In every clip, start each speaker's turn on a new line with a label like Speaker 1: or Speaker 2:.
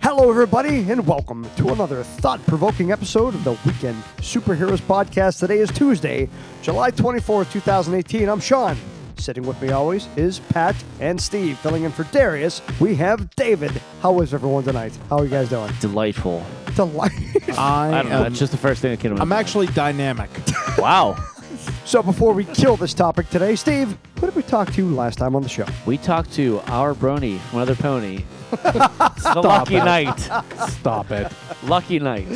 Speaker 1: Hello, everybody, and welcome to another thought provoking episode of the Weekend Superheroes Podcast. Today is Tuesday, July 24th, 2018. I'm Sean. Sitting with me always is Pat and Steve. Filling in for Darius, we have David. How is everyone tonight? How are you guys doing?
Speaker 2: Delightful.
Speaker 1: Delight.
Speaker 2: I
Speaker 3: I,
Speaker 2: don't know.
Speaker 3: am,
Speaker 2: That's just the first thing that came to
Speaker 3: I'm
Speaker 2: my
Speaker 3: actually dynamic.
Speaker 2: Wow.
Speaker 1: so, before we kill this topic today, Steve, who did we talk to last time on the show?
Speaker 2: We talked to our brony, one other pony. it's the lucky
Speaker 3: it.
Speaker 2: night.
Speaker 3: Stop it.
Speaker 2: Lucky night.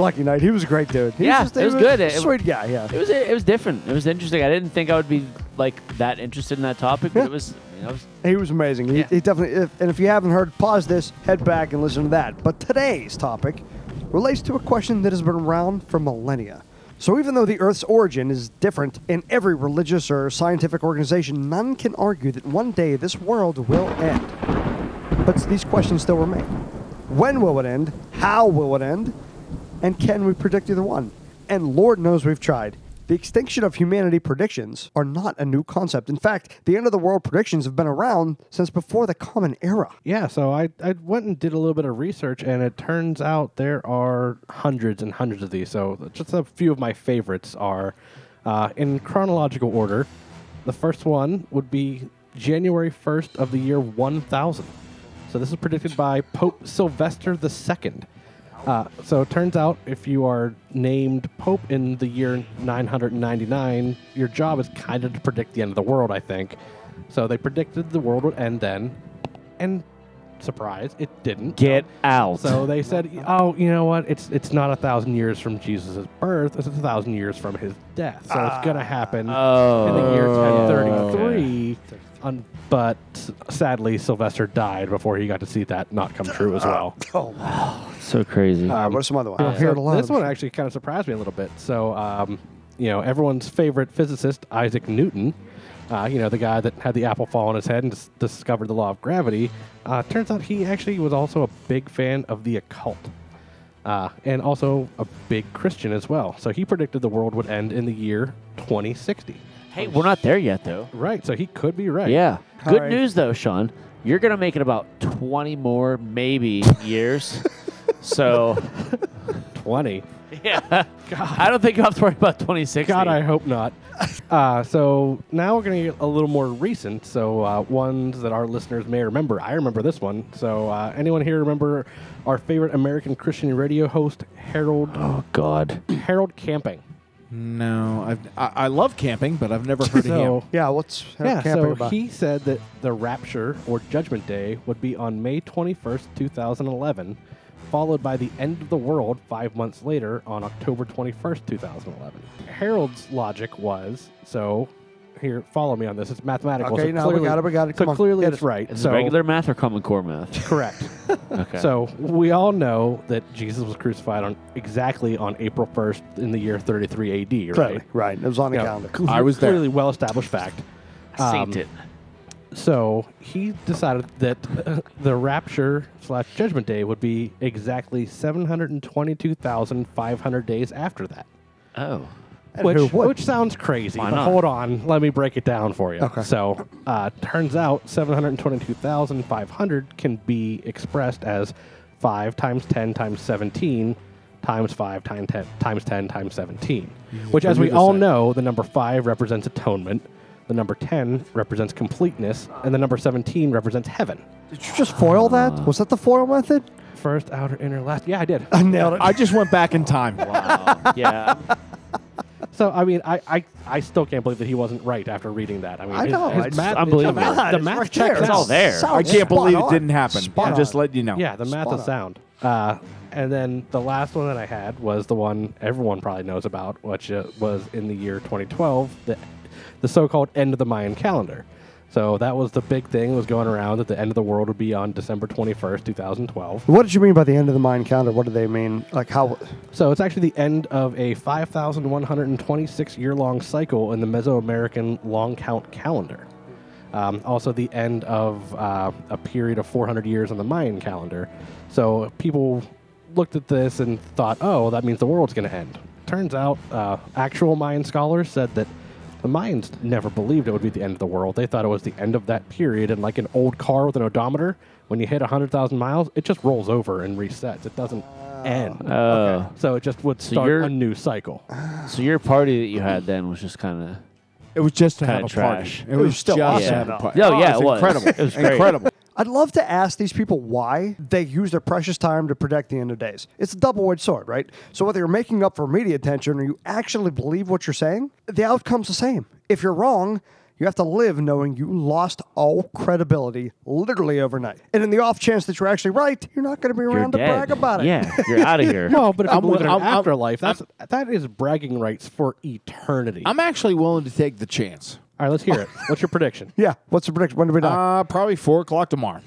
Speaker 1: Lucky Knight. He was a great dude. He
Speaker 2: Yeah,
Speaker 1: was he
Speaker 2: it was
Speaker 1: a
Speaker 2: good. It-
Speaker 1: Sweet guy, yeah.
Speaker 2: It was it was different. It was interesting. I didn't think I would be like that interested in that topic, but
Speaker 1: Yeah.
Speaker 2: it was. You know, it was
Speaker 1: He was amazing. He,
Speaker 2: Yeah.
Speaker 1: he definitely. If, and if you haven't heard, pause this, head back, and listen to that. But today's topic relates to a question that has been around for millennia. So even though the Earth's origin is different in every religious or scientific organization, none can argue that one day this world will end. But these questions still remain: When will it end? How will it end? And can we predict either one? And Lord knows we've tried. The extinction of humanity predictions are not a new concept. In fact, the end of the world predictions have been around since before the Common Era.
Speaker 4: Yeah, so I, I went and did a little bit of research, and it turns out there are hundreds and hundreds of these. So just a few of my favorites are uh, in chronological order. The first one would be January 1st of the year 1000. So this is predicted by Pope Sylvester II. Uh, so it turns out if you are named Pope in the year 999, your job is kind of to predict the end of the world, I think. So they predicted the world would end then and surprise, it didn't.
Speaker 2: get out.
Speaker 4: So they said, "Oh, you know what? It's it's not a thousand years from Jesus' birth. It's a thousand years from his death. So it's gonna happen in the year 1033." Un- but sadly, Sylvester died before he got to see that not come true as well.
Speaker 1: Oh, wow.
Speaker 2: so crazy.
Speaker 3: Uh,
Speaker 1: All right, what are some other ones? I've
Speaker 4: So
Speaker 1: heard a lot
Speaker 4: this
Speaker 1: of
Speaker 4: one
Speaker 1: them.
Speaker 4: actually kind of surprised me a little bit. So, um, you know, everyone's favorite physicist, Isaac Newton, uh, you know, the guy that had the apple fall on his head and dis- discovered the law of gravity, uh, turns out he actually was also a big fan of the occult uh, and also a big Christian as well. So he predicted the world would end in the year 2060.
Speaker 2: hey, we're not there yet, though.
Speaker 4: Right, so he could be right.
Speaker 2: Yeah.
Speaker 1: All
Speaker 2: Good
Speaker 1: right.
Speaker 2: news though, Sean. You're gonna make it about 20 more, maybe years. so
Speaker 4: 20.
Speaker 2: yeah, I don't think you have to worry about 26.
Speaker 4: God, I hope not. Uh, so now we're going to get a little more recent. So uh, ones that our listeners may remember. I remember this one. So uh, anyone here remember our favorite American Christian radio host Harold
Speaker 2: Oh God.
Speaker 4: Harold Camping?
Speaker 3: No, I've, I, I love camping, but I've never heard
Speaker 4: So
Speaker 3: of him.
Speaker 1: Yeah, what's
Speaker 4: yeah,
Speaker 1: camping
Speaker 4: so
Speaker 1: about?
Speaker 4: he said that the rapture or Judgment Day would be on May twenty first, two thousand eleven. Followed by the end of the world five months later on October 21st, 2011. Harold's logic was so here, follow me on this. It's mathematical.
Speaker 1: Okay,
Speaker 4: so
Speaker 1: no, we
Speaker 4: clearly-
Speaker 1: got it, we got it.
Speaker 4: So
Speaker 1: Come on,
Speaker 4: clearly
Speaker 1: get
Speaker 4: it's
Speaker 1: it.
Speaker 4: right.
Speaker 2: It's
Speaker 4: so
Speaker 2: regular math or Common Core math?
Speaker 4: Correct.
Speaker 2: Okay.
Speaker 4: So we all know that Jesus was crucified on exactly on April 1st in the year 33 AD, right?
Speaker 1: Clearly, right. It was on the
Speaker 4: Yeah.
Speaker 1: calendar.
Speaker 4: Cle-
Speaker 3: I was there.
Speaker 4: Clearly well established fact. Um,
Speaker 2: it.
Speaker 4: So he decided that uh, the rapture slash judgment day would be exactly 722,500 days after that.
Speaker 2: Oh.
Speaker 1: And who
Speaker 4: Which,
Speaker 1: would?
Speaker 4: which sounds crazy,
Speaker 2: Why
Speaker 4: but
Speaker 2: not?
Speaker 4: hold on. Let me break it down for you.
Speaker 1: Okay.
Speaker 4: So, uh, turns out 722,500 can be expressed as 5 times 10 times 17 times 5 times 10 times 10 times 17.
Speaker 1: Mm-hmm.
Speaker 4: Which, as
Speaker 3: for me
Speaker 4: we
Speaker 3: to
Speaker 4: all
Speaker 3: say.
Speaker 4: know, the number 5 represents atonement, the number 10 represents completeness, and the number 17 represents heaven.
Speaker 1: Did you just foil that? Was that the foil method?
Speaker 4: First, outer, inner, last. Yeah, I did.
Speaker 1: I nailed it.
Speaker 3: I just went back in time.
Speaker 2: Oh, Wow. yeah.
Speaker 4: So I mean, I, I I still can't believe that he wasn't right after reading that. I mean,
Speaker 1: I
Speaker 4: his-
Speaker 1: know,
Speaker 4: his
Speaker 1: it's
Speaker 4: math-
Speaker 2: unbelievable.
Speaker 4: The math,
Speaker 1: God,
Speaker 4: the
Speaker 1: it's
Speaker 4: math
Speaker 1: right
Speaker 4: checks
Speaker 1: there.
Speaker 2: It's
Speaker 4: out.
Speaker 2: all there.
Speaker 1: Sound
Speaker 3: I can't believe
Speaker 1: spot
Speaker 3: it didn't
Speaker 1: on.
Speaker 3: happen.
Speaker 1: Spot
Speaker 3: I'm just
Speaker 1: on.
Speaker 3: letting you know.
Speaker 4: Yeah, the math
Speaker 1: Spot
Speaker 4: is sound. Uh, and then the last one that I had was the one everyone probably knows about, which uh, was in the year 2012, the, the so-called end of the Mayan calendar. So that was the big thing that was going around that the end of the world would be on December 21st, 2012.
Speaker 1: What did you mean by the end of the mind calendar? What do they mean? Like how?
Speaker 4: So it's actually the end of a 5,126 year long cycle in the Mesoamerican long count calendar. Um, also, the end of uh, a period of 400 years on the Mayan calendar. So people looked at this and thought, oh, that means the world's going to end. Turns out, uh, actual Mayan scholars said that The Mayans never believed it would be the end of the world. They thought it was the end of that period. And like an old car with an odometer, when you hit 100,000 miles, it just rolls over and resets. It doesn't end.
Speaker 2: Oh.
Speaker 4: So it just would
Speaker 2: So
Speaker 4: start
Speaker 2: you're-
Speaker 4: a new cycle.
Speaker 2: So your party that you had then was just kind of.
Speaker 3: It was just to
Speaker 2: Kinda
Speaker 3: have a
Speaker 2: trash.
Speaker 3: party. It was,
Speaker 1: still
Speaker 3: just
Speaker 1: awesome,
Speaker 3: to have a
Speaker 1: though.
Speaker 3: party.
Speaker 2: No, yeah, it was.
Speaker 3: Oh, incredible.
Speaker 2: It was great.
Speaker 3: incredible.
Speaker 1: I'd love to ask these people why they use their precious time to predict the end of days. It's a double edged sword, right? So, whether you're making up for media attention or you actually believe what you're saying, the outcome's the same. If you're wrong, you have to live knowing you lost all credibility literally overnight. And in the off chance that you're actually right, you're not going to be
Speaker 2: You're
Speaker 1: around to
Speaker 2: dead.
Speaker 1: brag about it.
Speaker 2: Yeah, you're out of here.
Speaker 4: No, but if you
Speaker 3: I'm
Speaker 4: believe in
Speaker 3: with- I'm-
Speaker 4: an
Speaker 3: I'm-
Speaker 4: afterlife, that's, that is bragging rights for eternity.
Speaker 3: I'm actually willing to take the chance.
Speaker 4: All right, let's hear it. What's your prediction?
Speaker 1: Yeah. What's the prediction? When do we die?
Speaker 3: Uh, probably four o'clock tomorrow.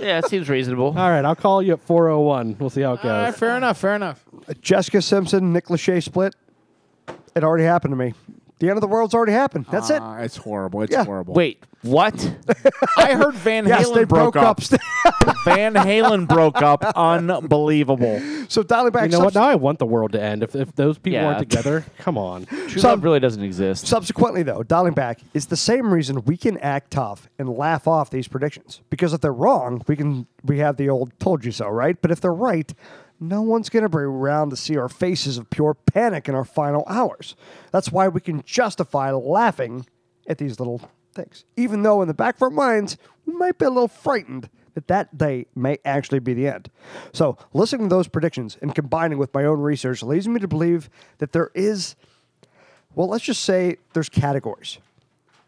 Speaker 2: yeah, it seems reasonable.
Speaker 4: All right, I'll call you at 401. We'll see how it goes.
Speaker 3: All right, fair enough. Fair enough.
Speaker 1: Jessica Simpson, Nick Lachey split. It already happened to me. The end of the world's already happened. That's it.
Speaker 3: Ah, it's horrible. It's
Speaker 1: Yeah.
Speaker 3: horrible.
Speaker 2: Wait, what?
Speaker 3: I heard Van
Speaker 1: Yes,
Speaker 3: Halen
Speaker 1: they
Speaker 3: broke, up.
Speaker 1: st-
Speaker 3: Van Halen broke up. Unbelievable.
Speaker 1: so dialing back
Speaker 4: You know what?
Speaker 1: subs-
Speaker 4: Now I want the world to end. If, if those people
Speaker 2: Yeah.
Speaker 4: aren't together, come on.
Speaker 2: True
Speaker 1: Some-
Speaker 2: love really doesn't exist.
Speaker 1: Subsequently, though, dialing back is the same reason we can act tough and laugh off these predictions because if they're wrong, we can we have the old "told you so," right? But if they're right, no one's going to be around to see our faces of pure panic in our final hours. That's why we can justify laughing at these little things, even though in the back of our minds we might be a little frightened that that day may actually be the end. So, listening to those predictions and combining with my own research leads me to believe that there is well, let's just say there's categories.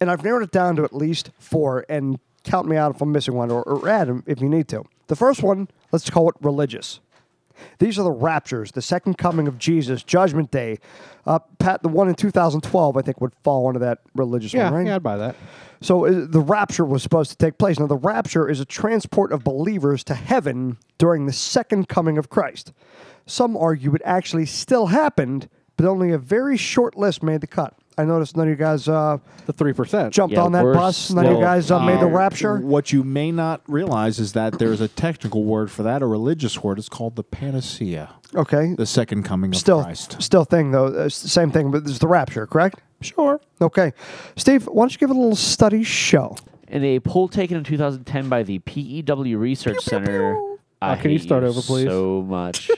Speaker 1: And I've narrowed it down to at least four, and count me out if I'm missing one, or, or add 'em if you need to. The first one, let's call it religious. These are the raptures, the second coming of Jesus, Judgment Day. Uh, Pat, the one in 2012, I think, would fall under that religious
Speaker 4: Yeah,
Speaker 1: one, right?
Speaker 4: yeah, I'd buy that.
Speaker 1: So uh, the rapture was supposed to take place. Now, the rapture is a transport of believers to heaven during the second coming of Christ. Some argue it actually still happened, but only a very short list made the cut. I noticed none of you guys uh,
Speaker 4: The three percent.
Speaker 1: jumped
Speaker 2: Yeah,
Speaker 1: on that
Speaker 2: we're
Speaker 1: bus. None of you
Speaker 2: slow.
Speaker 1: guys uh, made the
Speaker 3: Uh,
Speaker 1: rapture.
Speaker 3: What you may not realize is that there's a technical word for that, a religious word. It's called the panacea,
Speaker 1: Okay,
Speaker 3: the second coming of
Speaker 1: still,
Speaker 3: Christ.
Speaker 1: still thing though. Uh, s- same thing, but it's the rapture, correct?
Speaker 3: Sure.
Speaker 1: Okay, Steve, why don't you give it a little study show?
Speaker 2: In a poll taken in 2010 by the PEW Research Center, I
Speaker 4: Uh, can you
Speaker 2: hate
Speaker 4: start over, please?
Speaker 2: So much.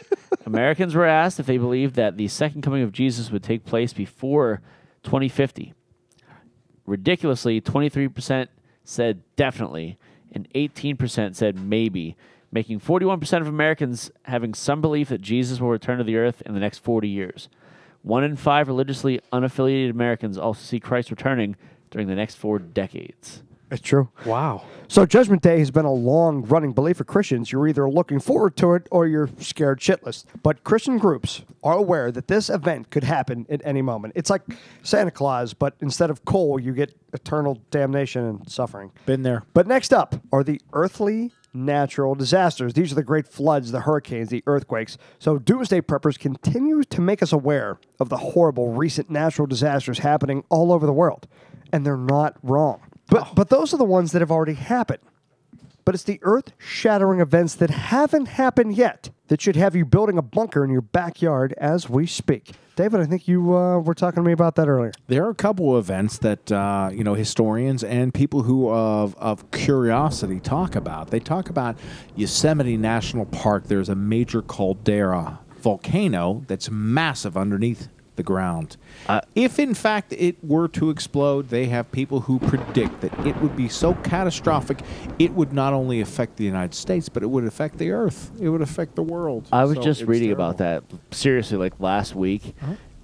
Speaker 2: Americans were asked if they believed that the second coming of Jesus would take place before 2050. Ridiculously, 23% said definitely, and 18% said maybe, making 41% of Americans having some belief that Jesus will return to the earth in the next 40 years. One in five religiously unaffiliated Americans also see Christ returning during the next four decades.
Speaker 1: It's true.
Speaker 4: Wow.
Speaker 1: So Judgment Day has been a long running belief for Christians. You're either looking forward to it or you're scared shitless. But Christian groups are aware that this event could happen at any moment. It's like Santa Claus, but instead of coal, you get eternal damnation and suffering.
Speaker 3: Been there.
Speaker 1: But next up are the earthly natural disasters. These are the great floods, the hurricanes, the earthquakes. So doomsday preppers continue to make us aware of the horrible recent natural disasters happening all over the world, and they're not wrong. But
Speaker 3: Oh.
Speaker 1: but those are the ones that have already happened. But it's the earth-shattering events that haven't happened yet that should have you building a bunker in your backyard as we speak. David, I think you uh, were talking to me about that earlier.
Speaker 3: There are a couple of events that uh, you know historians and people who of of curiosity talk about. They talk about Yosemite National Park. There's a major caldera volcano that's massive underneath the ground.
Speaker 2: Uh,
Speaker 3: if in fact it were to explode, they have people who predict that it would be so catastrophic, it would not only affect the United States, but it would affect the Earth. It would affect the world.
Speaker 2: I was
Speaker 3: So
Speaker 2: just
Speaker 3: it's
Speaker 2: reading about
Speaker 3: terrible.
Speaker 2: that seriously, like last week,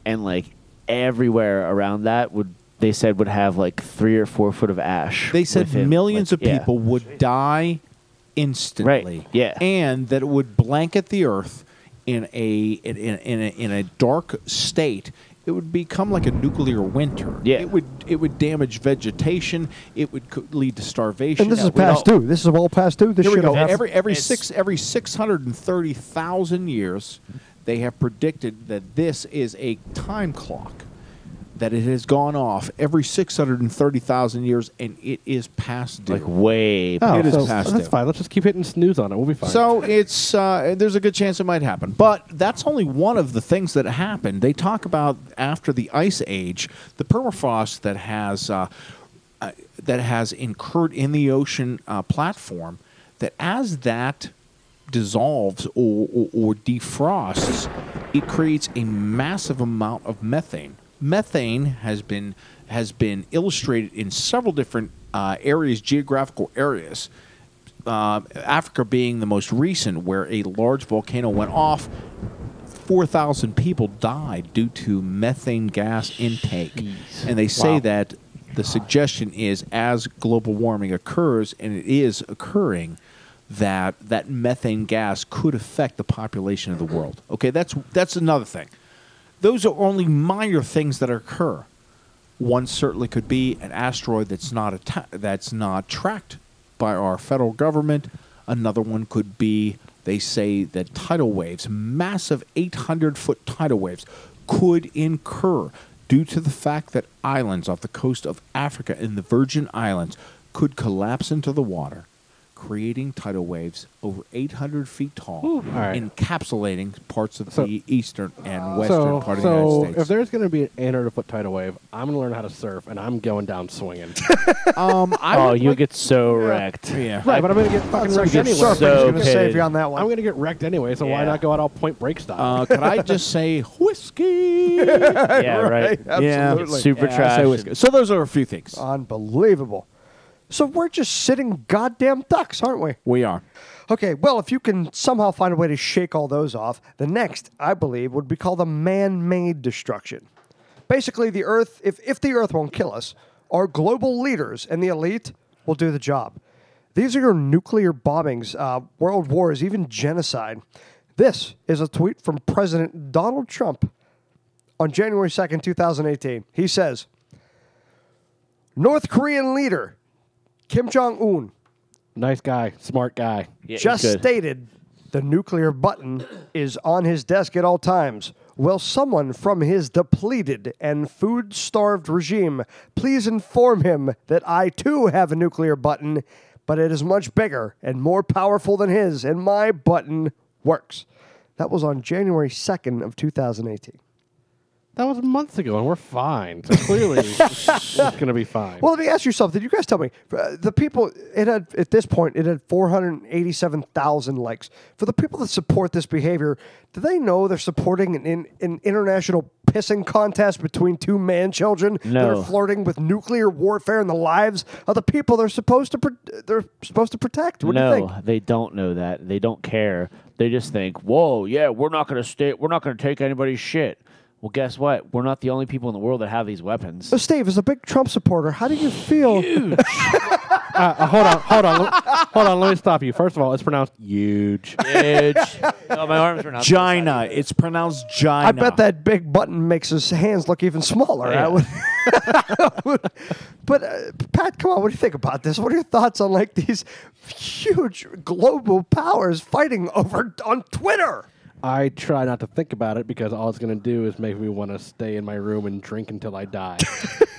Speaker 2: and like everywhere around that would they said would have like three or four foot of ash.
Speaker 3: They said
Speaker 2: within,
Speaker 3: millions
Speaker 2: like-
Speaker 3: of
Speaker 2: yeah.
Speaker 3: people would die instantly.
Speaker 2: Right, yeah.
Speaker 3: And that it would blanket the earth in a in, in, in a in a dark state. It would become like a nuclear winter.
Speaker 2: Yeah.
Speaker 3: It would it would damage vegetation. It would co- lead to starvation.
Speaker 1: And this is
Speaker 3: We
Speaker 1: past
Speaker 3: don't-
Speaker 1: due. This is well past due. This
Speaker 3: Here we
Speaker 1: should
Speaker 3: go.
Speaker 1: have
Speaker 3: Every every
Speaker 2: It's-
Speaker 3: six every six hundred and thirty thousand years, they have predicted that this is a time clock that it has gone off every 630,000 years and it is past due.
Speaker 2: Like way.
Speaker 4: Oh,
Speaker 3: It is
Speaker 4: so
Speaker 3: past
Speaker 4: that's
Speaker 3: due.
Speaker 4: fine. Let's just keep hitting snooze on it. We'll be fine.
Speaker 3: So it's uh, there's a good chance it might happen, but that's only one of the things that happened. They talk about after the ice age, the permafrost that has uh, uh, that has incurred in the ocean uh, platform, that as that dissolves or, or, or defrosts, it creates a massive amount of methane. Methane has been has been illustrated in several different uh, areas, geographical areas uh, Africa being the most recent, where a large volcano went off. 4,000 people died due to methane gas intake. And they say
Speaker 2: Wow.
Speaker 3: that the suggestion is as global warming occurs, and it is occurring, that that methane gas could affect the population of the world. Okay, that's, that's another thing. Those are only minor things that occur one certainly could be an asteroid that's not atta- that's not tracked by our federal government. Another one could be they say that tidal waves, massive 800 foot tidal waves, could incur due to the fact that islands off the coast of Africa in the Virgin Islands could collapse into the water, creating tidal waves over 800 feet tall,
Speaker 4: right.
Speaker 3: encapsulating parts of
Speaker 4: So-
Speaker 3: the eastern and western
Speaker 4: so,
Speaker 3: part of the
Speaker 4: so
Speaker 3: United States.
Speaker 4: if there's going to be an 800 foot tidal wave, I'm going to learn how to surf and I'm going down swinging.
Speaker 3: um, I
Speaker 2: oh,
Speaker 3: would
Speaker 2: you
Speaker 3: like-
Speaker 2: get so wrecked.
Speaker 3: Oh, yeah.
Speaker 4: right, but I'm going to get fucking
Speaker 1: That's
Speaker 4: wrecked
Speaker 1: good
Speaker 4: anyway.
Speaker 1: surfing's
Speaker 2: So
Speaker 1: gonna save
Speaker 2: pitted.
Speaker 1: you on that
Speaker 4: I'm
Speaker 1: one.
Speaker 4: going to get wrecked anyway, so
Speaker 2: Yeah.
Speaker 4: why not go out all point break style?
Speaker 3: Uh, could I just say whiskey? yeah,
Speaker 2: Yeah, right.
Speaker 1: Absolutely.
Speaker 2: Super trash.
Speaker 3: I say whiskey. So those are a few things.
Speaker 1: Unbelievable. So we're just sitting goddamn ducks, aren't we?
Speaker 3: we are.
Speaker 1: Okay, well, if you can somehow find a way to shake all those off, the next, I believe, would be called a man made destruction. Basically, the Earth, if, if the Earth won't kill us, our global leaders and the elite will do the job. These are your nuclear bombings, uh, world wars, even genocide. This is a tweet from President Donald Trump on January 2nd, 2018. He says, North Korean leader Kim Jong un
Speaker 4: nice guy, smart guy.
Speaker 2: Yeah,
Speaker 1: just
Speaker 2: good.
Speaker 1: stated the nuclear button is on his desk at all times. Will someone from his depleted and food starved regime please inform him that I too have a nuclear button, but it is much bigger and more powerful than his, and my button works. That was on January 2nd of 2018.
Speaker 4: That was months ago, and we're fine. So clearly, it's going to be fine.
Speaker 1: Well, let me ask you something. You guys tell me. Uh, the people it had at this point it had 487,000 likes. For the people that support this behavior, do they know they're supporting an an, an international pissing contest between two man children that
Speaker 2: No.
Speaker 1: are flirting with nuclear warfare and the lives of the people they're supposed to pro- they're supposed to protect? What do you
Speaker 2: no,
Speaker 1: think?
Speaker 2: they don't know that. They don't care. They just think, "Whoa, yeah, we're not going to stay. We're not going to take anybody's shit." Well, guess what? We're not the only people in the world that have these weapons.
Speaker 1: So, Steve, as a big Trump supporter, how do you feel?
Speaker 4: Uh, uh, hold on, hold on, let- hold on. Let me stop you. First of all, it's pronounced huge.
Speaker 2: Huge. no, my arms are not.
Speaker 3: Gina. It's pronounced Gina.
Speaker 1: I bet that big button makes his hands look even smaller.
Speaker 2: Yeah.
Speaker 1: I would, I would- but uh, Pat, come on, what do you think about this? What are your thoughts on like these huge global powers fighting over on Twitter?
Speaker 4: I try not to think about it because all it's going to do is make me want to stay in my room and drink until I die.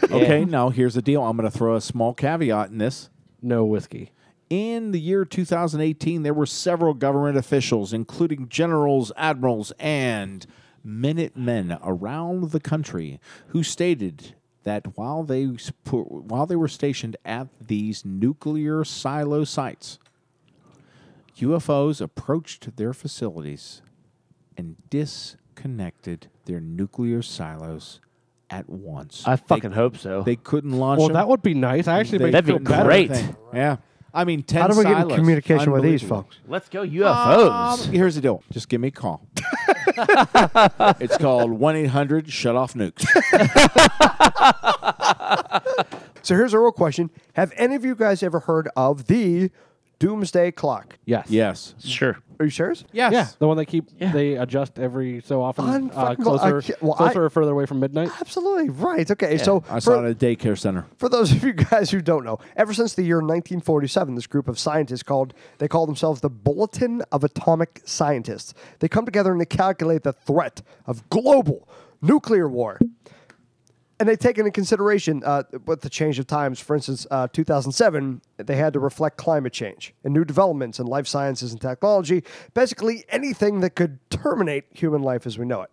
Speaker 3: Okay, now here's the deal. I'm going to throw a small caveat in this.
Speaker 4: no whiskey.
Speaker 3: In the year 2018, there were several government officials, including generals, admirals, and minutemen around the country, who stated that while they s- pu- while they were stationed at these nuclear silo sites, UFOs approached their facilities and disconnected their nuclear silos at once.
Speaker 2: I fucking hope so.
Speaker 3: they couldn't launch.
Speaker 4: Well,
Speaker 3: them.
Speaker 4: that would be nice. I actually
Speaker 3: They-
Speaker 4: make
Speaker 2: That'd be
Speaker 4: feel better.
Speaker 2: great.
Speaker 3: Yeah. I mean, 10
Speaker 1: How do we get in
Speaker 3: silos.
Speaker 1: communication with these
Speaker 3: Unbelievable.
Speaker 1: folks?
Speaker 2: Let's go UFOs.
Speaker 3: Um, here's the deal. Just give me a call. it's called 1 800 Shut Off Nukes.
Speaker 1: So here's a real question: Have any of you guys ever heard of the Doomsday Clock?
Speaker 4: Yes.
Speaker 3: yes.
Speaker 2: sure.
Speaker 1: Are you serious?
Speaker 3: Yes.
Speaker 4: Yeah, the one they keep
Speaker 2: Yeah.
Speaker 4: they adjust every so often, uh,
Speaker 1: Unfucking- well, I
Speaker 4: closer,
Speaker 1: can't- well, I-
Speaker 4: closer or further away from midnight.
Speaker 1: Absolutely right. Okay, so
Speaker 3: I
Speaker 1: for-
Speaker 3: saw it at a daycare center.
Speaker 1: for those of you guys who don't know, ever since the year 1947, this group of scientists called they call themselves the Bulletin of Atomic Scientists. They come together and they calculate the threat of global nuclear war. and they take into consideration uh, with the change of times. For instance, uh, 2007, they had to reflect climate change and new developments in life sciences and technology, basically anything that could terminate human life as we know it.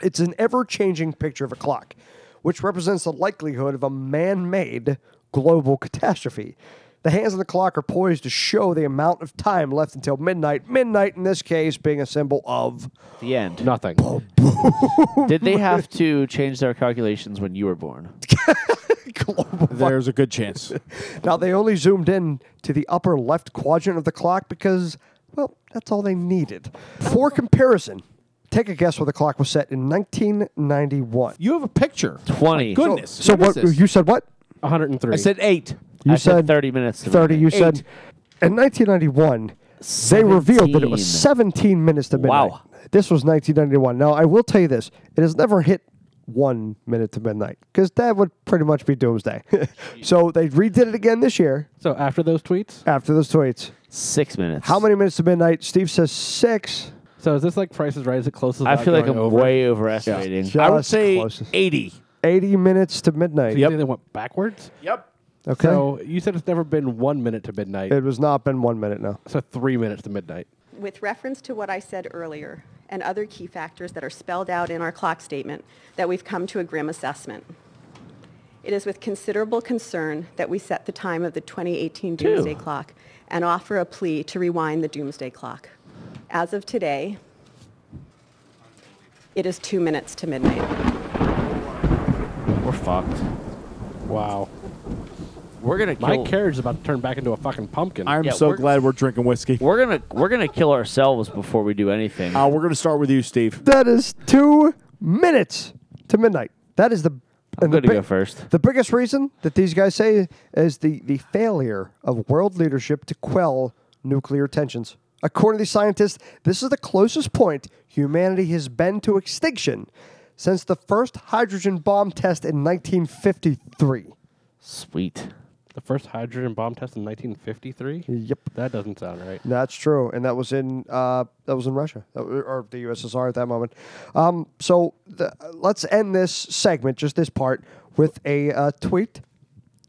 Speaker 1: It's an ever changing picture of a clock, which represents the likelihood of a man made global catastrophe. The hands on the clock are poised to show the amount of time left until midnight, midnight in this case being a symbol of
Speaker 2: The end.
Speaker 4: Nothing.
Speaker 2: Did they have to change their calculations when you were born?
Speaker 1: global.
Speaker 3: There's a good chance.
Speaker 1: Now they only zoomed in to the upper left quadrant of the clock because, well, that's all they needed. For comparison, take a guess where the clock was set in 1991.
Speaker 3: You have a picture.
Speaker 2: 20.
Speaker 3: Goodness.
Speaker 1: Oh, So
Speaker 3: what
Speaker 1: what,
Speaker 3: is this?
Speaker 1: you said? What
Speaker 4: 103.
Speaker 3: I said eight.
Speaker 1: you
Speaker 2: I said 30 minutes to
Speaker 1: 30. You
Speaker 2: midnight.
Speaker 1: said in 1991. They revealed that it was 17 minutes to midnight.
Speaker 2: Wow.
Speaker 1: This was 1991. Now I will tell you this: it has never hit one minute to midnight because that would pretty much be doomsday. so they redid it again this year
Speaker 4: So after those tweets,
Speaker 1: after those tweets.
Speaker 2: 6 minutes.
Speaker 1: How many minutes to midnight? Steve says six.
Speaker 4: so is this like Price is Right? Is it closest?
Speaker 2: I
Speaker 4: without
Speaker 2: feel like I'm
Speaker 4: going over?
Speaker 2: way overestimating.
Speaker 1: Yeah.
Speaker 3: I would
Speaker 1: Just
Speaker 3: say
Speaker 1: closest.
Speaker 3: 80.
Speaker 1: 80 minutes to midnight.
Speaker 4: You think They went backwards.
Speaker 3: Yep.
Speaker 1: Okay.
Speaker 4: So you said it's never been one minute to midnight.
Speaker 1: it was not been one minute now.
Speaker 4: so three minutes to midnight.
Speaker 5: With reference to what I said earlier and other key factors that are spelled out in our clock statement, that we've come to a grim assessment. It is with considerable concern that we set the time of the 2018 Doomsday Clock and offer a plea to rewind the Doomsday Clock. As of today, it is two minutes to midnight.
Speaker 2: We're fucked.
Speaker 4: Wow.
Speaker 2: We're going to
Speaker 4: My
Speaker 2: kill
Speaker 4: carriage is about to turn back into a fucking pumpkin.
Speaker 3: I'm
Speaker 2: Yeah,
Speaker 3: so
Speaker 2: we're-
Speaker 3: glad we're drinking whiskey.
Speaker 2: We're going to we're going to kill ourselves before we do anything.
Speaker 3: Uh, we're going to start with you, Steve.
Speaker 1: That is two minutes to midnight. That is the.
Speaker 2: I'm
Speaker 1: and the
Speaker 2: going to
Speaker 1: big-
Speaker 2: go first.
Speaker 1: The biggest reason that these guys say is the, the failure of world leadership to quell nuclear tensions. According to these scientists, this is the closest point humanity has been to extinction since the first hydrogen bomb test in 1953.
Speaker 2: Sweet.
Speaker 4: the first hydrogen bomb test in 1953.
Speaker 1: Yep.
Speaker 4: That doesn't sound right.
Speaker 1: That's true, and that was in uh, that was in Russia That w- or the USSR at that moment. Um, so the, let's end this segment, just this part, with a uh, tweet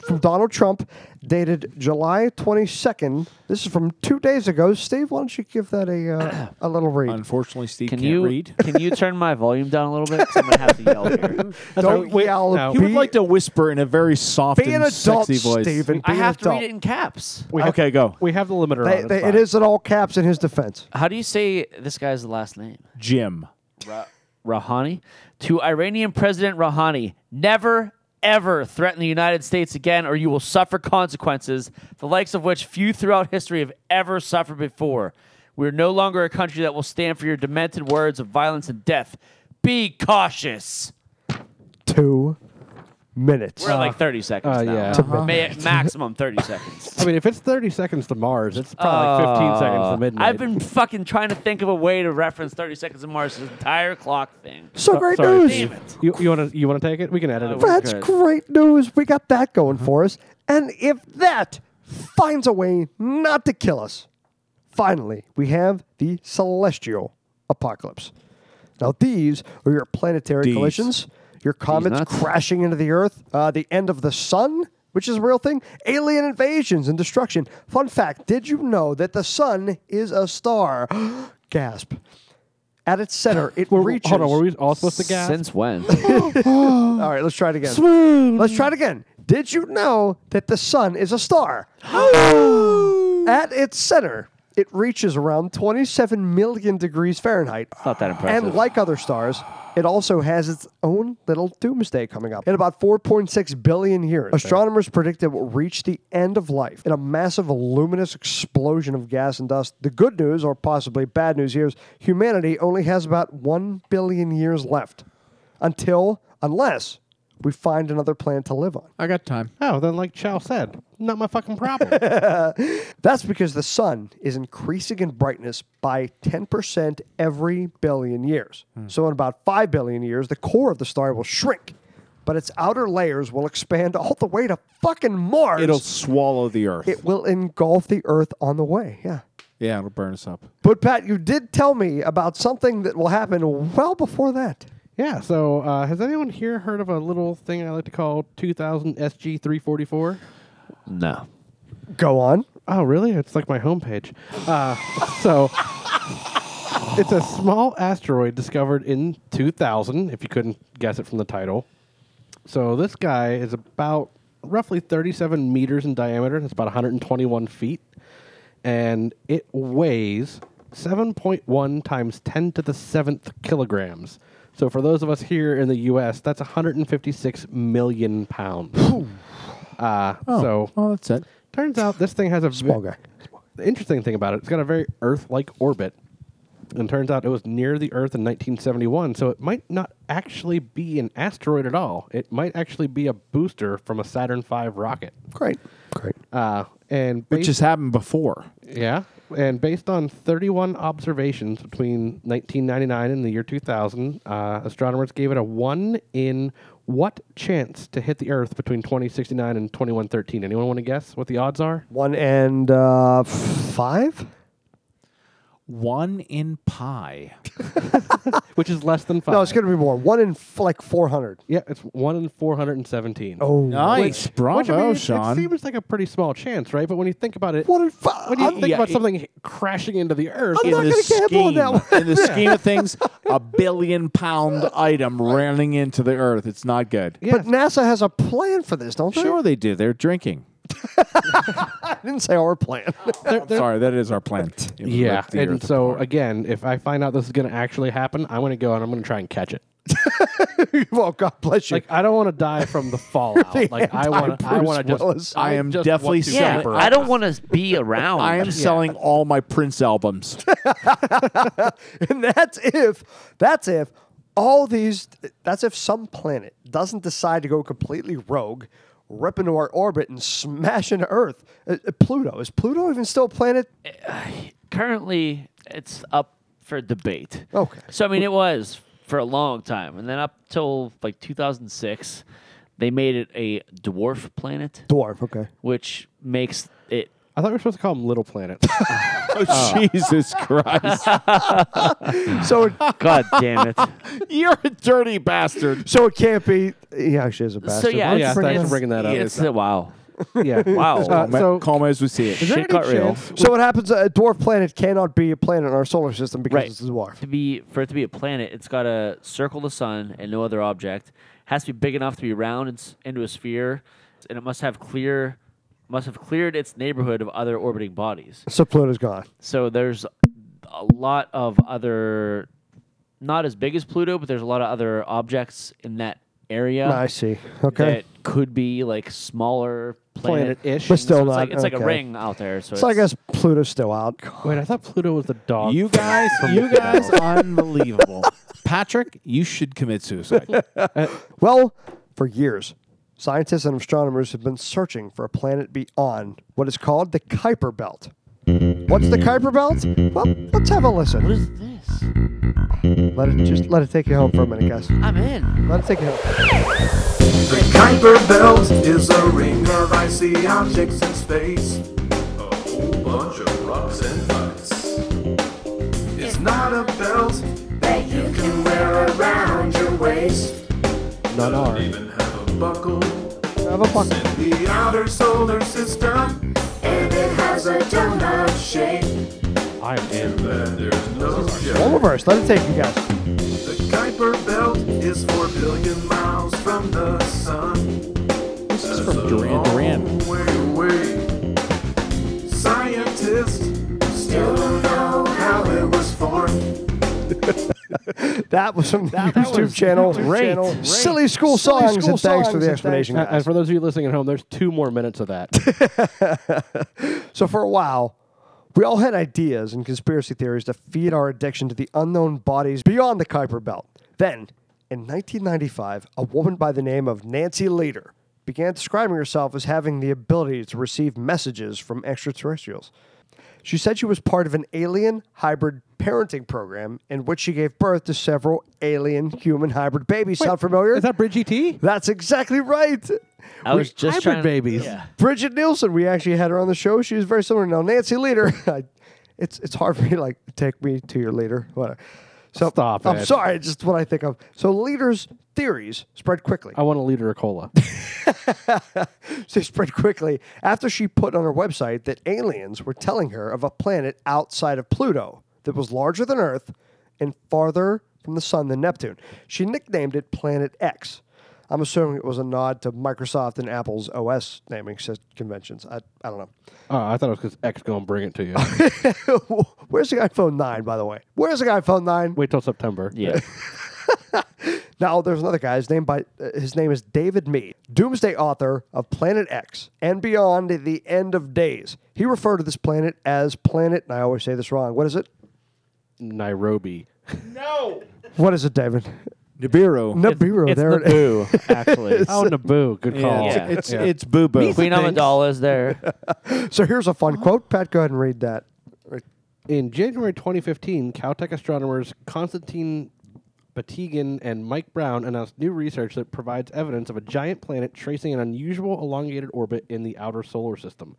Speaker 1: from Donald Trump, dated July twenty second. This is from two days ago. Steve, why don't you give that a uh, a little read?
Speaker 3: Unfortunately, Steve
Speaker 2: Can
Speaker 3: can't
Speaker 2: you
Speaker 3: read.
Speaker 2: can you turn my volume down a little bit? 'Cause I'm gonna have to yell here.
Speaker 1: Don't yell.
Speaker 4: no.
Speaker 3: He would
Speaker 1: Be-
Speaker 3: like to whisper in a very soft
Speaker 1: Be an
Speaker 3: and
Speaker 1: adult,
Speaker 3: sexy voice.
Speaker 1: Stephen.
Speaker 2: I
Speaker 1: Be an
Speaker 2: have to
Speaker 1: adult.
Speaker 2: read it in caps.
Speaker 4: We have-
Speaker 3: Okay, go.
Speaker 4: We have the limiter
Speaker 1: They-
Speaker 4: on.
Speaker 1: they-
Speaker 4: it's
Speaker 1: it
Speaker 4: fine.
Speaker 1: is in all caps in his defense.
Speaker 2: How do you say this guy's last name?
Speaker 3: Jim.
Speaker 2: Rouhani, to Iranian President Rouhani, never ever threaten the United States again or you will suffer consequences, the likes of which few throughout history have ever suffered before. We're no longer a country that will stand for your demented words of violence and death. Be cautious.
Speaker 1: Two minutes.
Speaker 2: We're at like 30 seconds
Speaker 4: uh,
Speaker 2: now.
Speaker 4: yeah. Uh-huh.
Speaker 2: Ma- maximum 30 seconds.
Speaker 4: I mean, if it's 30 seconds to Mars, it's probably like 15 seconds to midnight.
Speaker 2: Uh, I've been fucking trying to think of a way to reference 30 seconds of Mars this entire clock thing.
Speaker 1: so great
Speaker 4: Uh, Sorry,
Speaker 1: news.
Speaker 2: Damn it.
Speaker 4: You, you want to you want to take it? We can edit
Speaker 2: Uh,
Speaker 4: it.
Speaker 2: we're-
Speaker 1: That's
Speaker 2: good.
Speaker 1: great news. We got that going for us. And if that finds a way not to kill us, finally, we have the celestial apocalypse. Now, these are your planetary
Speaker 3: These.
Speaker 1: collisions, your comets
Speaker 2: nuts.
Speaker 1: crashing into the Earth, uh, the end of the sun, which is a real thing, alien invasions and destruction. Fun fact did you know that the sun is a star? Gasp. At its center, it reaches.
Speaker 4: Hold on, were we all supposed to gasp?
Speaker 2: Since when?
Speaker 1: All right, let's try it again. Let's try it again. Did you know that the sun is a star? At its center, it reaches around 27 million degrees Fahrenheit.
Speaker 2: Not that impressive.
Speaker 1: And like other stars, it also has its own little doomsday coming up. In about 4.6 billion years, astronomers predict it will reach the end of life in a massive luminous explosion of gas and dust. The good news, or possibly bad news here, is humanity only has about 1 billion years left until, unless, we find another planet to live on.
Speaker 3: I got time.
Speaker 4: Oh, then like Chow said, not my fucking problem.
Speaker 1: That's because the sun is increasing in brightness by 10% every billion years. So, in about 5 billion years, the core of the star will shrink, but its outer layers will expand all the way to fucking Mars.
Speaker 3: It'll swallow the earth.
Speaker 1: It will engulf the Earth on the way. Yeah.
Speaker 3: yeah, it'll burn us up.
Speaker 1: But, Pat, you did tell me about something that will happen well before that.
Speaker 4: Yeah, so uh, has anyone here heard of a little thing I like to call 2000 SG 344?
Speaker 2: No.
Speaker 1: Go on.
Speaker 4: Oh, really? It's like my homepage. Uh, so it's a small asteroid discovered in 2000, if you couldn't guess it from the title. So this guy is about roughly 37 meters in diameter. That's about 121 feet. And it weighs 7.1 times 10 to the seventh kilograms. So for those of us here in the U.S., that's 156 million pounds. Uh,
Speaker 3: Oh,
Speaker 4: So
Speaker 3: well, that's it.
Speaker 4: Turns out this thing has a
Speaker 1: Small
Speaker 4: ve-
Speaker 1: guy.
Speaker 4: The interesting thing about it, it's got a very Earth-like orbit, and turns out it was near the Earth in 1971. So it might not actually be an asteroid at all. It might actually be a booster from a Saturn V rocket.
Speaker 1: Great. Great.
Speaker 4: Uh, and
Speaker 3: Which has happened before.
Speaker 4: yeah, and based on 31 observations between 1999 and the year 2000, uh, astronomers gave it a one in what chance to hit the Earth between 2069 and 2113. Anyone want to guess what the odds are?
Speaker 1: One and uh, f- five?
Speaker 3: One in pi.
Speaker 4: Which is less than five.
Speaker 1: No, it's going to be more. One in f- like 400.
Speaker 4: Yeah, it's one in four hundred and seventeen.
Speaker 1: Oh,
Speaker 3: Nice, bravo,
Speaker 4: Which, I mean, it-
Speaker 3: Sean.
Speaker 4: It seems like a pretty small chance, right? But when you think about it,
Speaker 1: one in five.
Speaker 4: when you think
Speaker 3: yeah,
Speaker 4: about
Speaker 3: it-
Speaker 4: something crashing into the earth,
Speaker 1: I'm not
Speaker 3: the
Speaker 1: gonna gamble on that
Speaker 3: scheme- in the scheme of things, a billion pound item running into the earth. It's not good.
Speaker 1: But NASA has a plan for this, don't they?
Speaker 3: Sure, they do. They're drinking.
Speaker 1: I didn't say our plan.
Speaker 4: they're- they're-
Speaker 3: Sorry, that is our plan. It was
Speaker 4: yeah.
Speaker 3: like the
Speaker 4: And
Speaker 3: earth
Speaker 4: so
Speaker 3: apart.
Speaker 4: again, if I find out this is going to actually happen, I'm going to go and I'm going to try and catch it.
Speaker 1: well, God bless you.
Speaker 4: Like I don't want to die from the fallout. like I want to. I
Speaker 1: Bruce
Speaker 4: want to
Speaker 1: Willis.
Speaker 4: just.
Speaker 3: I am
Speaker 4: just
Speaker 3: definitely
Speaker 4: want to
Speaker 3: Yeah,
Speaker 2: Yeah,
Speaker 3: Separate.
Speaker 2: I don't want to be around.
Speaker 3: I am selling all my Prince albums.
Speaker 1: and that's if that's if all these that's if some planet doesn't decide to go completely rogue rip into our orbit and smash into earth Uh, uh, pluto is pluto even still a planet
Speaker 2: Eh. Currently, it's up for debate.
Speaker 1: Okay.
Speaker 2: So I mean, it was for a long time, and then up till like 2006, they made it a dwarf planet,
Speaker 1: dwarf okay
Speaker 2: which makes it
Speaker 4: I thought we were supposed to call them little planets.
Speaker 3: oh, Jesus Christ.
Speaker 1: so it,
Speaker 2: God damn it.
Speaker 3: You're a dirty bastard.
Speaker 1: so it can't be he actually is a
Speaker 2: So
Speaker 1: bastard
Speaker 2: yeah,
Speaker 1: Why don't you
Speaker 2: it's-
Speaker 1: bring
Speaker 4: Oh, thanks
Speaker 1: it
Speaker 4: for
Speaker 2: it's-
Speaker 1: up?
Speaker 4: bringing that up.
Speaker 2: It's, wow.
Speaker 4: yeah.
Speaker 2: Wow.
Speaker 4: Uh, so-
Speaker 3: Calm as we see it.
Speaker 4: Is there
Speaker 2: Shit
Speaker 4: any
Speaker 2: got real.
Speaker 4: chance?
Speaker 1: so what happens a dwarf planet cannot be a planet in our solar system because
Speaker 2: Right.
Speaker 1: it's a dwarf
Speaker 2: To be for it to be a planet, it's got to circle the sun and no other object. Has to be big enough to be round and s- into a sphere, and it must have clear must have cleared its neighborhood of other orbiting bodies.
Speaker 1: so pluto's gone
Speaker 2: So there's a lot of other not as big as Pluto, but there's a lot of other objects in that area
Speaker 1: i see okay
Speaker 2: that could be like smaller planet.
Speaker 4: Planet-ish.
Speaker 1: But still
Speaker 2: So it's
Speaker 1: not,
Speaker 2: like it's like
Speaker 1: okay.
Speaker 2: a ring out there. So,
Speaker 1: so i
Speaker 2: it's-
Speaker 1: guess pluto's still out
Speaker 4: Wait, I thought Pluto was the dog.
Speaker 3: You
Speaker 4: thing
Speaker 3: guys,
Speaker 4: from
Speaker 3: you
Speaker 4: the
Speaker 3: guys, unbelievable. Patrick, you should commit suicide.
Speaker 1: Well, for years, scientists and astronomers have been searching for a planet beyond what is called the Kuiper Belt. What's the Kuiper Belt? Well, let's have a
Speaker 2: what
Speaker 1: listen.
Speaker 2: is this?
Speaker 1: Let it just let it take you home for a minute, guys.
Speaker 2: I'm in.
Speaker 1: Let it take you home.
Speaker 6: The Kuiper Belt is a ring of icy objects in space. A whole bunch of rocks and bites. It's not a belt that you can wear around your waist.
Speaker 4: None are.
Speaker 6: Doesn't even have a buckle.
Speaker 1: Have a bucket.
Speaker 6: In the outer solar system, and it has a donut shape.
Speaker 4: I am in.
Speaker 6: But there's no
Speaker 1: All
Speaker 6: joke.
Speaker 1: reverse. Let it take you guys.
Speaker 6: The Kuiper Belt is four billion miles from the sun.
Speaker 3: This is from Duran Duran.
Speaker 6: Way, way. Scientists still don't know how it was formed.
Speaker 1: That was from the YouTube channel. channel. Silly school
Speaker 3: Silly
Speaker 1: songs
Speaker 3: school
Speaker 1: and thanks for
Speaker 3: songs
Speaker 1: the
Speaker 3: and
Speaker 1: explanation,
Speaker 4: Uh,
Speaker 1: guys.
Speaker 4: and for those of you listening at home, there's two more minutes of that.
Speaker 1: So for a while, we all had ideas and conspiracy theories to feed our addiction to the unknown bodies beyond the Kuiper Belt. Then, in 1995, a woman by the name of Nancy Leader began describing herself as having the ability to receive messages from extraterrestrials. She said she was part of an alien hybrid parenting program in which she gave birth to several alien human hybrid babies. Sound familiar?
Speaker 4: Is that Bridgie T?
Speaker 1: That's exactly right.
Speaker 2: I was just
Speaker 4: hybrid
Speaker 2: trying to-
Speaker 4: babies.
Speaker 2: Yeah.
Speaker 1: Bridget Nielsen, we actually had her on the show. She was very similar. Now Nancy Leader, I- it's it's hard for me to, like take me to your leader. Whatever. So
Speaker 4: Stop
Speaker 1: I'm
Speaker 4: it.
Speaker 1: sorry, it's just what I think of. So leaders' theories spread quickly.
Speaker 4: I want a liter of cola.
Speaker 1: They spread quickly after she put on her website that aliens were telling her of a planet outside of Pluto that was larger than Earth and farther from the sun than Neptune. She nicknamed it Planet X. I'm assuming it was a nod to Microsoft and Apple's OS naming sys- conventions. I, I don't
Speaker 4: Oh, I thought it was because X gonna bring it to you.
Speaker 1: know. Where's the iPhone 9, by the way? Where's the iPhone 9?
Speaker 4: Wait till September.
Speaker 2: Yeah.
Speaker 1: Now there's another guy. His name by uh, his name is David Mead, doomsday author of Planet X and Beyond the End of Days. He referred to this planet as planet, and I always say this wrong. What is it?
Speaker 4: Nairobi.
Speaker 1: What is it, David?
Speaker 3: Nibiru.
Speaker 1: Nibiru.
Speaker 2: it's
Speaker 1: there it is.
Speaker 2: Naboo, actually.
Speaker 4: Oh, Naboo. Good call.
Speaker 2: Yeah.
Speaker 3: It's
Speaker 4: Yeah.
Speaker 3: it's boo boo.
Speaker 2: Queen Amidala is there.
Speaker 1: So here's a fun quote. Pat, go ahead and read that.
Speaker 4: In January 2015, Caltech astronomers Konstantin Batygin and Mike Brown announced new research that provides evidence of a giant planet tracing an unusual elongated orbit in the outer solar system.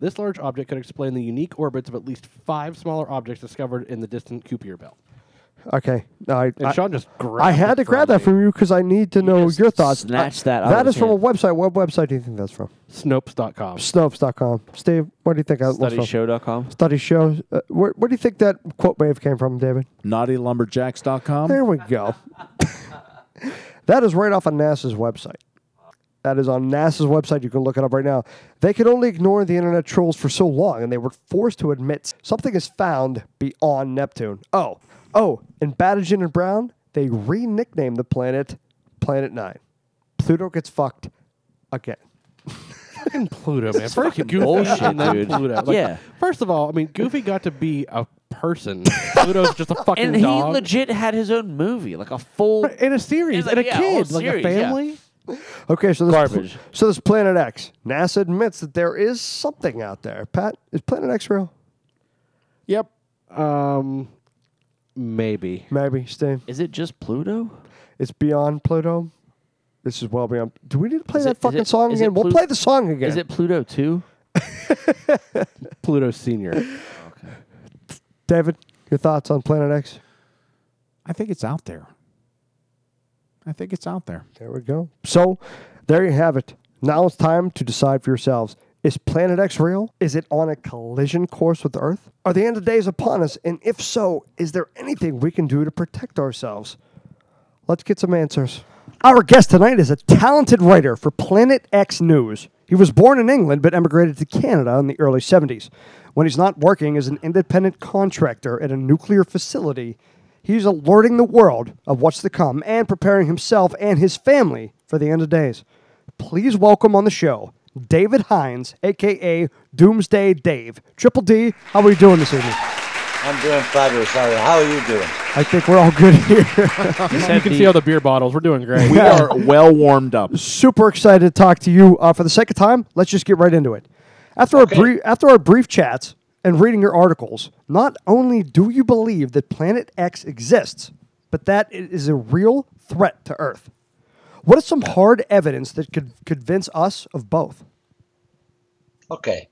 Speaker 4: This large object could explain the unique orbits of at least five smaller objects discovered in the distant Kuiper Belt.
Speaker 1: Okay. No, I,
Speaker 4: And
Speaker 1: I-
Speaker 4: Sean just grabbed
Speaker 1: I had to
Speaker 4: it
Speaker 1: grab that
Speaker 4: me.
Speaker 1: from you because I need to know
Speaker 2: just
Speaker 1: your thoughts.
Speaker 2: snatched
Speaker 1: I-
Speaker 2: that out
Speaker 1: That
Speaker 2: of
Speaker 1: is
Speaker 2: his
Speaker 1: from a
Speaker 2: hand.
Speaker 1: website. What website do you think that's from?
Speaker 4: Snopes.com.
Speaker 1: Snopes.com. Steve, what do you think that was from?
Speaker 2: Studyshow.com.
Speaker 1: Study show. Uh, where, where do you think that quote wave came from, David?
Speaker 3: NaughtyLumberjacks.com.
Speaker 1: There we go. that is right off of NASA's website. That is on NASA's website. You can look it up right now. They could only ignore the internet trolls for so long, and they were forced to admit something is found beyond Neptune. Oh, oh, and Battigen and Brown, they re nicknamed the planet Planet Nine. Pluto gets fucked again.
Speaker 4: fucking Pluto, man. First
Speaker 2: fucking
Speaker 4: Goofy
Speaker 2: bullshit,
Speaker 4: and then
Speaker 2: dude.
Speaker 4: Pluto. Like,
Speaker 2: Yeah.
Speaker 4: First of all, I mean, Goofy got to be a person. Pluto's just a fucking
Speaker 2: And he
Speaker 4: dog.
Speaker 2: legit had his own movie, like a full.
Speaker 4: in a series,
Speaker 2: It's
Speaker 4: and a
Speaker 2: like, yeah,
Speaker 4: kid,
Speaker 2: whole
Speaker 4: like
Speaker 2: series,
Speaker 4: a
Speaker 2: yeah.
Speaker 4: family.
Speaker 1: Okay, so this pl-
Speaker 2: Garbage.
Speaker 1: so this Planet X. NASA admits that there is something out there. Pat, is Planet X real?
Speaker 4: Yep. Um, maybe.
Speaker 1: Maybe, Steve.
Speaker 2: Is it just Pluto?
Speaker 1: It's beyond Pluto. This is well beyond. Do we need to play
Speaker 2: Is
Speaker 1: that
Speaker 2: it- is
Speaker 1: fucking
Speaker 2: it-
Speaker 1: song
Speaker 2: is it
Speaker 1: again? We'll
Speaker 2: Plu-
Speaker 1: play the song again.
Speaker 2: Is it Pluto 2?
Speaker 4: Pluto Senior.
Speaker 1: David, your thoughts on Planet X?
Speaker 3: I think it's out there. I think it's out there.
Speaker 1: There we go. So, there you have it. Now it's time to decide for yourselves. Is Planet X real? Is it on a collision course with Earth? Are the end of days upon us? And if so, is there anything we can do to protect ourselves? Let's get some answers. Our guest tonight is a talented writer for Planet X News. He was born in England but emigrated to Canada in the early 70s. When he's not working as an independent contractor at a nuclear facility, he's alerting the world of what's to come and preparing himself and his family for the end of days. Please welcome on the show David Hines, aka Doomsday Dave. Triple D, how are we doing this evening?
Speaker 7: I'm doing fabulous. How are you? How are you doing?
Speaker 1: I think we're all good here.
Speaker 4: you can see all the beer bottles. We're doing great.
Speaker 3: We are well warmed up.
Speaker 1: super excited to talk to you uh, for the second time. Let's just get right into it. After our brief after our brief chats and reading your articles, not only do you believe that Planet X exists, but that it is a real threat to Earth. What is some hard evidence that could convince us of both?
Speaker 7: Okay.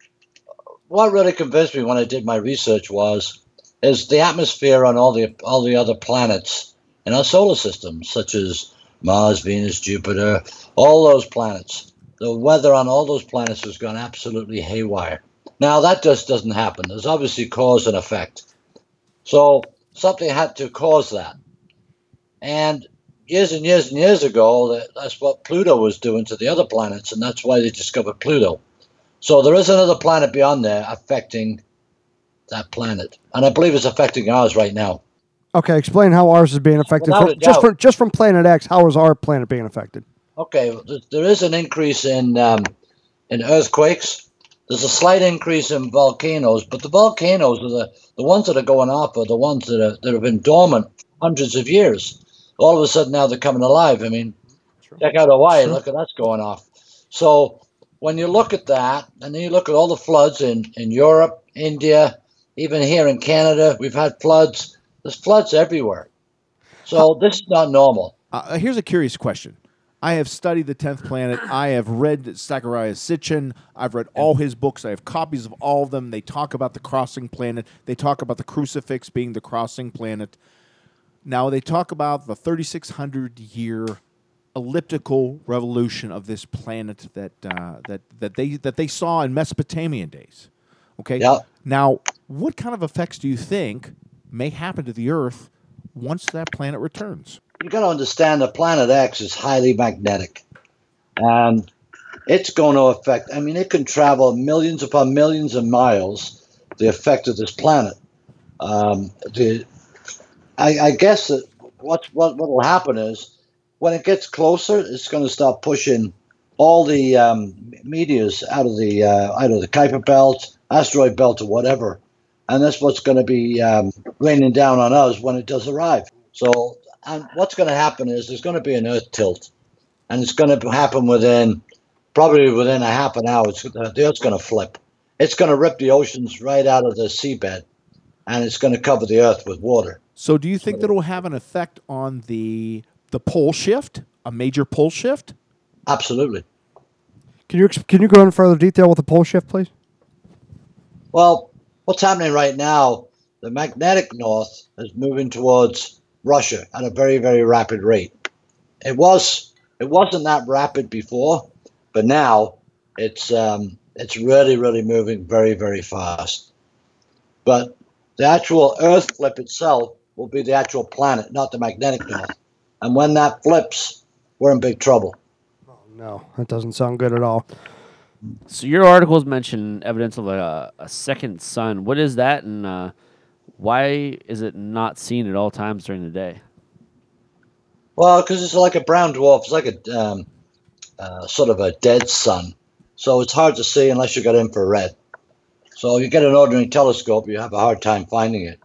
Speaker 7: What really convinced me when I did my research was is the atmosphere on all the all the other planets in our solar system, such as Mars, Venus, Jupiter, all those planets. The weather on all those planets has gone absolutely haywire. Now that just doesn't happen. There's obviously cause and effect. So something had to cause that. And years and years and years ago, that- that's what Pluto was doing to the other planets, and that's why they discovered Pluto. So there is another planet beyond there affecting that planet, and I believe it's affecting ours right now.
Speaker 1: Okay, explain how ours is being affected.
Speaker 7: Without
Speaker 1: from-
Speaker 7: a
Speaker 1: just
Speaker 7: doubt.
Speaker 1: from just from Planet X, how is our planet being affected?
Speaker 7: Okay, th- there is an increase in um, in earthquakes. There's a slight increase in volcanoes, but the volcanoes are the, the ones that are going off are the ones that are, that have been dormant hundreds of years. All of a sudden now they're coming alive. I mean, check out Hawaii. Look at that's going off. So when you look at that, and then you look at all the floods in in Europe, India, even here in Canada, we've had floods. There's floods everywhere. So this is not normal.
Speaker 3: Uh, here's a curious question. I have studied the tenth planet. I have read Zachariah Sitchin. I've read all his books. I have copies of all of them. They talk about the crossing planet. They talk about the crucifix being the crossing planet. Now they talk about the 3,600 year elliptical revolution of this planet that uh, that that they that they saw in Mesopotamian days. Okay.
Speaker 7: Yeah.
Speaker 3: Now, what kind of effects do you think may happen to the Earth once that planet returns?
Speaker 7: you got to understand the planet X is highly magnetic, and it's going to affect. I mean, it can travel millions upon millions of miles. The effect of this planet. Um, the, I, I guess that what what what will happen is when it gets closer, it's going to start pushing all the um, meteors out of the uh, out of the Kuiper belt, asteroid belt, or whatever, and that's what's going to be um, raining down on us when it does arrive. So, and what's going to happen is there's going to be an Earth tilt, and it's going to happen within probably within a half an hour. It's, the Earth's going to flip. It's going to rip the oceans right out of the seabed, and it's going to cover the Earth with water.
Speaker 3: So, do you think that it will have an effect on the the pole shift, a major pole shift?
Speaker 7: Absolutely.
Speaker 1: Can you ex- can you go into further detail with the pole shift, please?
Speaker 7: Well, what's happening right now, the magnetic north is moving towards Russia at a very, very rapid rate. It was it wasn't that rapid before, but now it's um, it's really, really moving very, very fast. But the actual Earth flip itself will be the actual planet, not the magnetic north. And when that flips, we're in big trouble.
Speaker 1: No, that doesn't sound good at all.
Speaker 2: So your articles mention evidence of a, a second sun. What is that, and uh, why is it not seen at all times during the day?
Speaker 7: Well, because it's like a brown dwarf. It's like a um, uh, sort of a dead sun, so it's hard to see unless you got infrared. So you get an ordinary telescope, you have a hard time finding it.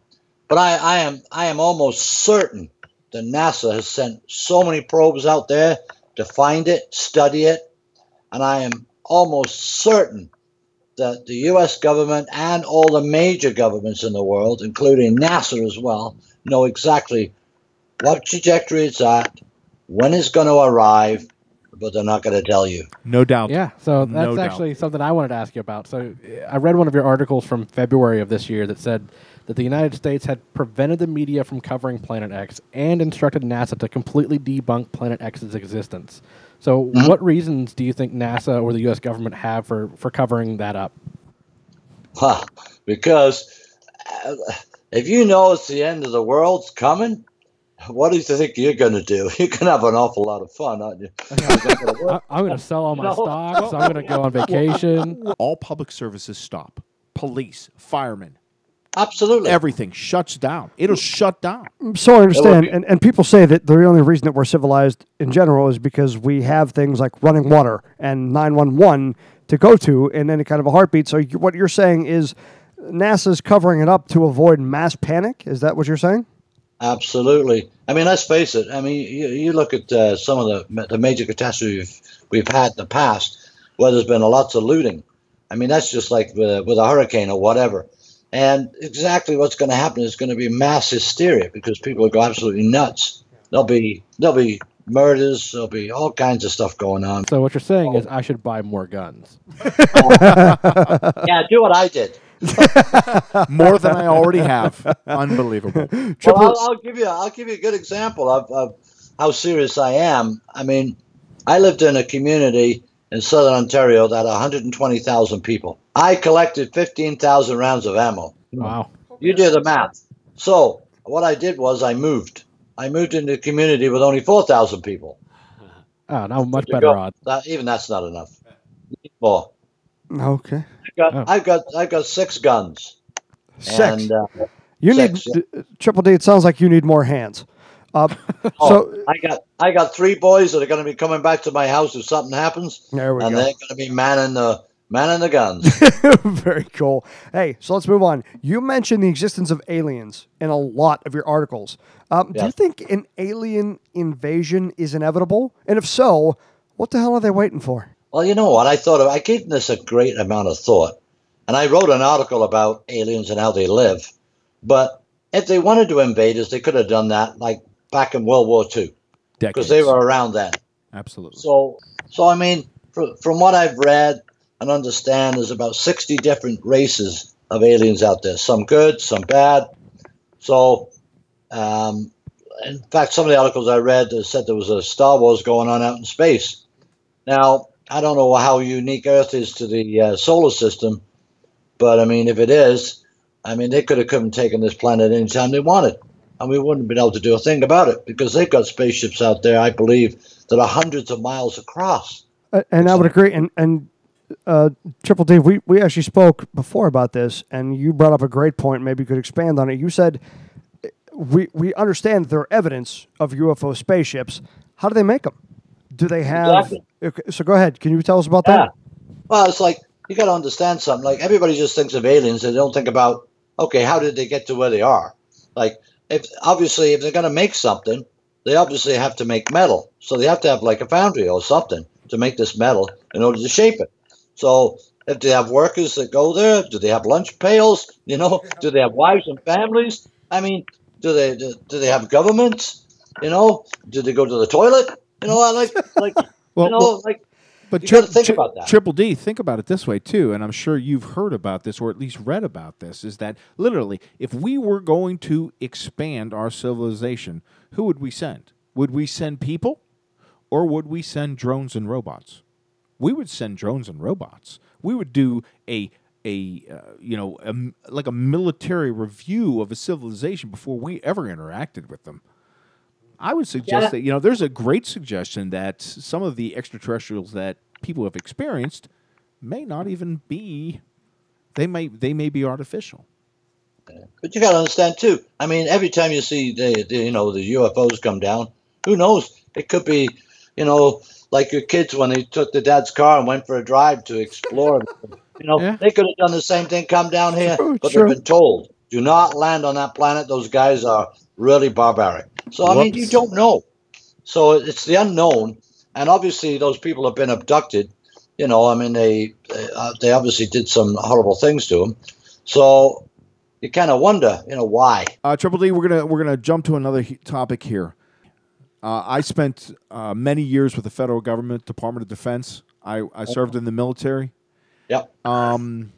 Speaker 7: But I, I am I am almost certain that NASA has sent so many probes out there to find it, study it, and I am almost certain that the U.S. government and all the major governments in the world, including NASA as well, know exactly what trajectory it's at, when it's going to arrive, but they're not going to tell you.
Speaker 3: No doubt.
Speaker 4: Yeah, so that's
Speaker 3: No doubt.
Speaker 4: actually something I wanted to ask you about. So uh, I read one of your articles from February of this year that said that the United States had prevented the media from covering Planet X and instructed NASA to completely debunk Planet X's existence. So
Speaker 7: Mm-hmm.
Speaker 4: what reasons do you think NASA or the U.S. government have for, for covering that up?
Speaker 7: Huh. Because uh, if you know it's the end of the world's coming, what do you think you're going to do? You're going to have an awful lot of fun, aren't you?
Speaker 4: I, I'm going to sell all my stocks. I'm going to go on vacation.
Speaker 3: All public services stop. Police, firemen,
Speaker 7: Absolutely.
Speaker 3: everything shuts down. It'll shut down.
Speaker 1: So I understand,
Speaker 7: be-
Speaker 1: and, and people say that the only reason that we're civilized in general is because we have things like running water and 911 to go to in any kind of a heartbeat. So you, what you're saying is NASA's covering it up to avoid mass panic? Is that what you're saying?
Speaker 7: Absolutely. I mean, let's face it. I mean, you, you look at uh, some of the ma- the major catastrophes we've, we've had in the past, where there's been lots of looting. I mean, that's just like with a, with a hurricane or whatever. And exactly what's going to happen is going to be mass hysteria because people will go absolutely nuts. There'll be there'll be murders. There'll be all kinds of stuff going on.
Speaker 4: So what you're saying is I should buy more guns.
Speaker 7: yeah, do what I did.
Speaker 3: More than I already have. Unbelievable.
Speaker 7: Well, I'll, I'll give you I'll give you a good example of, of how serious I am. I mean, I lived in a community in southern Ontario that had 120,000 people. I collected 15,000 rounds of ammo.
Speaker 4: Wow.
Speaker 7: You do the math. So what I did was I moved. I moved into a community with only 4,000 people.
Speaker 4: Oh, now much
Speaker 7: You
Speaker 4: better
Speaker 7: go-
Speaker 4: odds.
Speaker 7: that- even that's not enough. You need More.
Speaker 1: Okay.
Speaker 7: I've got,
Speaker 4: Oh.
Speaker 7: I've got I've got six guns.
Speaker 1: Six.
Speaker 7: And, uh,
Speaker 1: you
Speaker 7: six,
Speaker 1: need triple D. It sounds like you need more hands. Uh,
Speaker 7: Oh,
Speaker 1: so
Speaker 7: I got I got three boys that are going to be coming back to my house if something happens.
Speaker 1: There we
Speaker 7: and
Speaker 1: go.
Speaker 7: they're going to be manning the manning the guns.
Speaker 1: Very cool. Hey, so let's move on. You mentioned the existence of aliens in a lot of your articles. Um, Do you
Speaker 7: Yes.
Speaker 1: think an alien invasion is inevitable? And if so, what the hell are they waiting for?
Speaker 7: well, you know what? I thought of, I gave this a great amount of thought, and I wrote an article about aliens and how they live. But if they wanted to invade us, they could have done that like back in World War II because
Speaker 3: Decades.
Speaker 7: they were around then.
Speaker 3: Absolutely.
Speaker 7: So, so I mean, fr- from what I've read and understand, there's about 60 different races of aliens out there. Some good, some bad. So, um, in fact, some of the articles I read that said there was a Star Wars going on out in space. Now, I don't know how unique Earth is to the uh, solar system, but I mean, if it is, I mean, they could have come and taken this planet anytime they wanted, and we wouldn't have been able to do a thing about it because they've got spaceships out there, I believe, that are hundreds of miles across.
Speaker 1: Uh, and I would agree. And and uh, Triple D, we we actually spoke before about this, and you brought up a great point. Maybe you could expand on it. You said uh, we we understand that there are evidence of UFO spaceships. How do they make them? Do they have?
Speaker 7: Exactly.
Speaker 1: Okay, so go ahead. Can you tell us about that?
Speaker 7: Well, it's like you got to understand something. Like everybody just thinks of aliens, they don't think about okay, how did they get to where they are? Like if obviously if they're going to make something, they obviously have to make metal, so they have to have like a foundry or something to make this metal in order to shape it. So if they have workers that go there, do they have lunch pails? You know, do they have wives and families? I mean, do they do, do they have governments? You know, do they go to the toilet? You know, I like like
Speaker 3: Well,
Speaker 7: you know
Speaker 3: well-
Speaker 7: like
Speaker 3: But
Speaker 7: You
Speaker 3: Tri-
Speaker 7: gotta think
Speaker 3: Tri-
Speaker 7: about that.
Speaker 3: Triple D, think about it this way too, and I'm sure you've heard about this or at least read about this, is that literally, if we were going to expand our civilization, who would we send? Would we send people or would we send drones and robots? We would send drones and robots. We would do a a uh, you know a m like a military review of a civilization before we ever interacted with them. I would suggest that you know there's a great suggestion that s- some of the extraterrestrials that people have experienced may not even be they may they may be artificial.
Speaker 7: But you got to understand too. I mean, every time you see the, the you know the UFOs come down, who knows? It could be, you know, like your kids when they took their dad's car and went for a drive to explore. you know,
Speaker 4: Yeah.
Speaker 7: they could have done the same thing. Come down here,
Speaker 1: True,
Speaker 7: but
Speaker 1: true.
Speaker 7: they've been told, "Do not land on that planet. Those guys are really barbaric." So I mean, you
Speaker 3: Whoops.
Speaker 7: don't know. So it's the unknown, and obviously those people have been abducted. You know, I mean, they they, uh, they obviously did some horrible things to them. So you kind of wonder, you know, why.
Speaker 3: Uh, Triple D, we're gonna we're gonna jump to another he- topic here. Uh, I spent uh, many years with the federal government, Department of Defense. I, I served in the military.
Speaker 7: Yep.
Speaker 3: Um,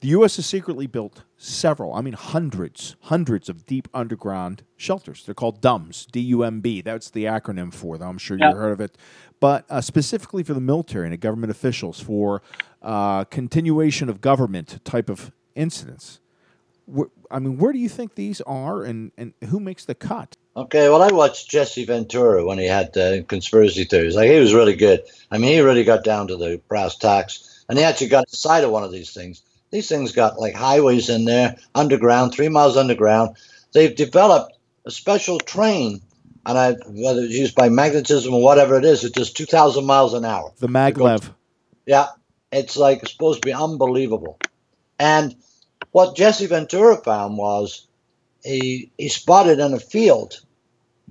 Speaker 3: the U.S. has secretly built several, I mean, hundreds, hundreds of deep underground shelters. They're called DUMBs, D U M B. That's the acronym for them. I'm sure you've heard of it. But uh, specifically for the military and the government officials for uh, continuation of government type of incidents. Where, I mean, where do you think these are and, and who makes the cut?
Speaker 7: Okay, well, I watched Jesse Ventura when he had uh, conspiracy theories. Like he was really good. I mean, he really got down to the brass tacks, and he actually got inside of one of these things. These things got like highways in there, underground, three miles underground. They've developed a special train, and I whether it's used by magnetism or whatever it is, it does two thousand miles an hour.
Speaker 3: The maglev.
Speaker 7: Yeah, it's like supposed to be unbelievable. And what Jesse Ventura found was he he spotted in a field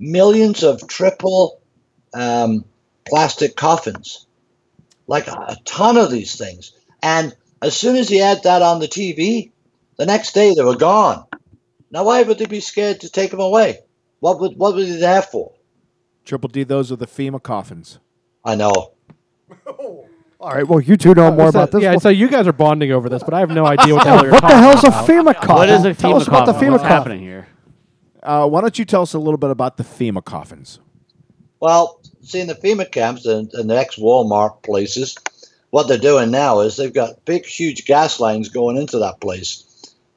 Speaker 7: millions of triple um, plastic coffins, like a, a ton of these things. And as soon as he had that on the TV, the next day they were gone. Now, why would they be scared to take them away? What would what were they there for?
Speaker 3: Triple D, those are the FEMA coffins.
Speaker 7: I know.
Speaker 1: All right. Well, you two
Speaker 2: Uh,
Speaker 1: know more
Speaker 4: So-
Speaker 1: about this.
Speaker 4: yeah,
Speaker 1: one.
Speaker 4: so you guys are bonding over this, but I have no idea what the hell you're
Speaker 1: what the
Speaker 4: talking
Speaker 1: hell's a
Speaker 4: about.
Speaker 1: FEMA coffin?
Speaker 2: What is a FEMA
Speaker 1: Tell us about the
Speaker 2: coffin?
Speaker 1: FEMA
Speaker 2: What's
Speaker 1: coffin.
Speaker 2: happening here?
Speaker 3: Uh, why don't you tell us a little bit about the FEMA coffins?
Speaker 7: Well, see, in the FEMA camps and, and the ex Walmart places, what they're doing now is they've got big, huge gas lines going into that place.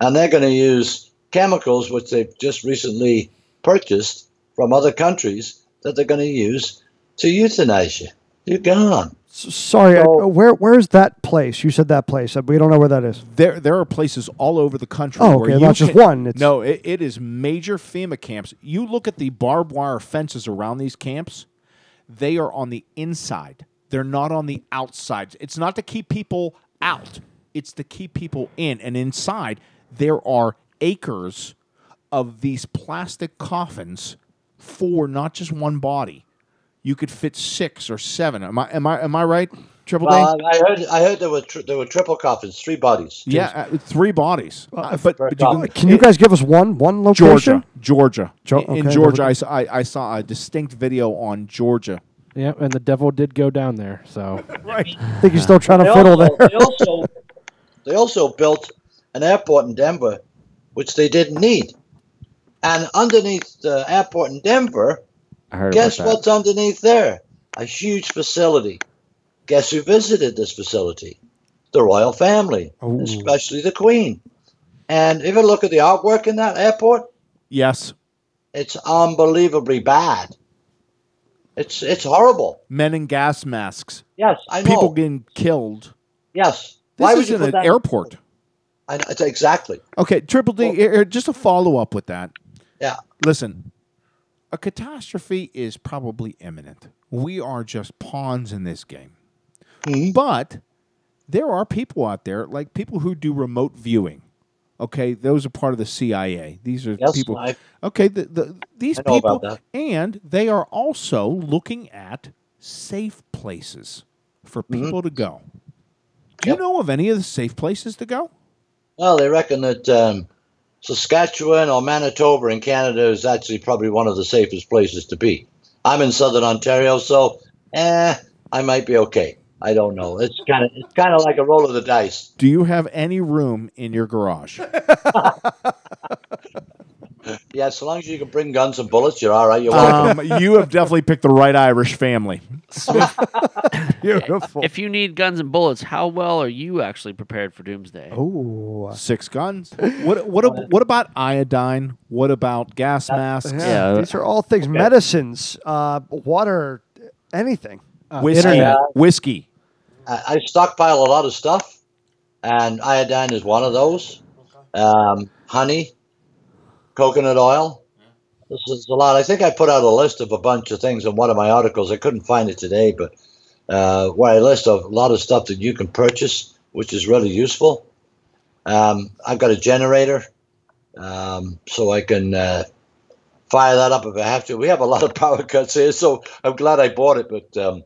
Speaker 7: And they're going to use chemicals, which they've just recently purchased from other countries, that they're going to use to euthanize you. You're gone.
Speaker 1: S- Sorry, I- where where is that place? You said that place. Uh, We don't know where that is.
Speaker 3: There, there are places all over the country.
Speaker 1: Oh,
Speaker 3: where
Speaker 1: okay,
Speaker 3: you
Speaker 1: not just
Speaker 3: can-
Speaker 1: one, it's-
Speaker 3: no, it, it is major FEMA camps. You look at the barbed wire fences around these camps; they are on the inside. They're not on the outside. It's not to keep people out; it's to keep people in. And inside, there are acres of these plastic coffins for not just one body. You could fit six or seven. Am I? Am I? Am I right? Triple D.
Speaker 7: Well, Uh, I I heard, I heard there, were tri- there were triple coffins, three bodies.
Speaker 3: Yeah, uh, three bodies. Uh, but, but you can,
Speaker 1: Can you guys give us one one location?
Speaker 3: Georgia, Georgia,
Speaker 1: Jo-
Speaker 3: In- in
Speaker 1: okay,
Speaker 3: Georgia,
Speaker 1: there we
Speaker 3: I, s- I- I saw a distinct video on Georgia.
Speaker 4: Yeah, and the devil did go down there. So
Speaker 1: I think you're still trying
Speaker 7: They
Speaker 1: to fiddle
Speaker 7: also,
Speaker 1: there.
Speaker 7: they also they also built an airport in Denver, which they didn't need. And underneath the airport in Denver,
Speaker 2: I heard
Speaker 7: guess
Speaker 2: about that.
Speaker 7: what's underneath there? A huge facility. Guess who visited this facility? The royal family,
Speaker 3: Oh.
Speaker 7: especially the Queen. And if you look at the artwork in that airport,
Speaker 3: Yes,
Speaker 7: it's unbelievably bad. It's it's horrible.
Speaker 3: men in gas masks,
Speaker 7: Yes, I know.
Speaker 3: people getting killed.
Speaker 7: yes.
Speaker 3: This
Speaker 7: Why would
Speaker 3: is
Speaker 7: you
Speaker 3: in
Speaker 7: put
Speaker 3: an
Speaker 7: that-
Speaker 3: airport.
Speaker 7: I know, it's exactly.
Speaker 3: Okay, Triple D, here- here, just a follow up with that.
Speaker 7: Yeah.
Speaker 3: Listen, a catastrophe is probably imminent. We are just pawns in this game.
Speaker 7: Mm-hmm.
Speaker 3: But there are people out there, like people who do remote viewing. Okay, those are part of the CIA. These are
Speaker 7: Yes,
Speaker 3: people.
Speaker 7: I-
Speaker 3: okay, the, the, these
Speaker 7: I know
Speaker 3: people,
Speaker 7: about that.
Speaker 3: and they are also looking at safe places for people to go. Do
Speaker 7: Mm-hmm. Yep.
Speaker 3: you know of any of the safe places to go?
Speaker 7: Well, they reckon that um, Saskatchewan or Manitoba in Canada is actually probably one of the safest places to be. I'm in southern Ontario, so eh, I might be okay. I don't know. It's kind of it's kind of like a roll of the dice.
Speaker 3: Do you have any room in your garage?
Speaker 7: Yeah, so long as you can bring guns and bullets, you're all right. You're welcome.
Speaker 3: um, you have definitely picked the right Irish family.
Speaker 1: Beautiful.
Speaker 2: If you need guns and bullets, how well are you actually prepared for doomsday?
Speaker 1: Oh,
Speaker 3: Six guns. What what ab- what about iodine? What about gas masks?
Speaker 1: yeah.
Speaker 2: Yeah.
Speaker 1: These are all things medicines, uh, water, anything.
Speaker 3: Whiskey.
Speaker 4: internet.
Speaker 3: Whiskey.
Speaker 7: I, I stockpile a lot of stuff, and iodine is one of those. Um, honey, coconut oil. This is a lot. I think I put out a list of a bunch of things in one of my articles. I couldn't find it today, but uh, where I list of a lot of stuff that you can purchase, which is really useful. Um, I've got a generator, um, so I can uh, fire that up if I have to. We have a lot of power cuts here, so I'm glad I bought it. But um,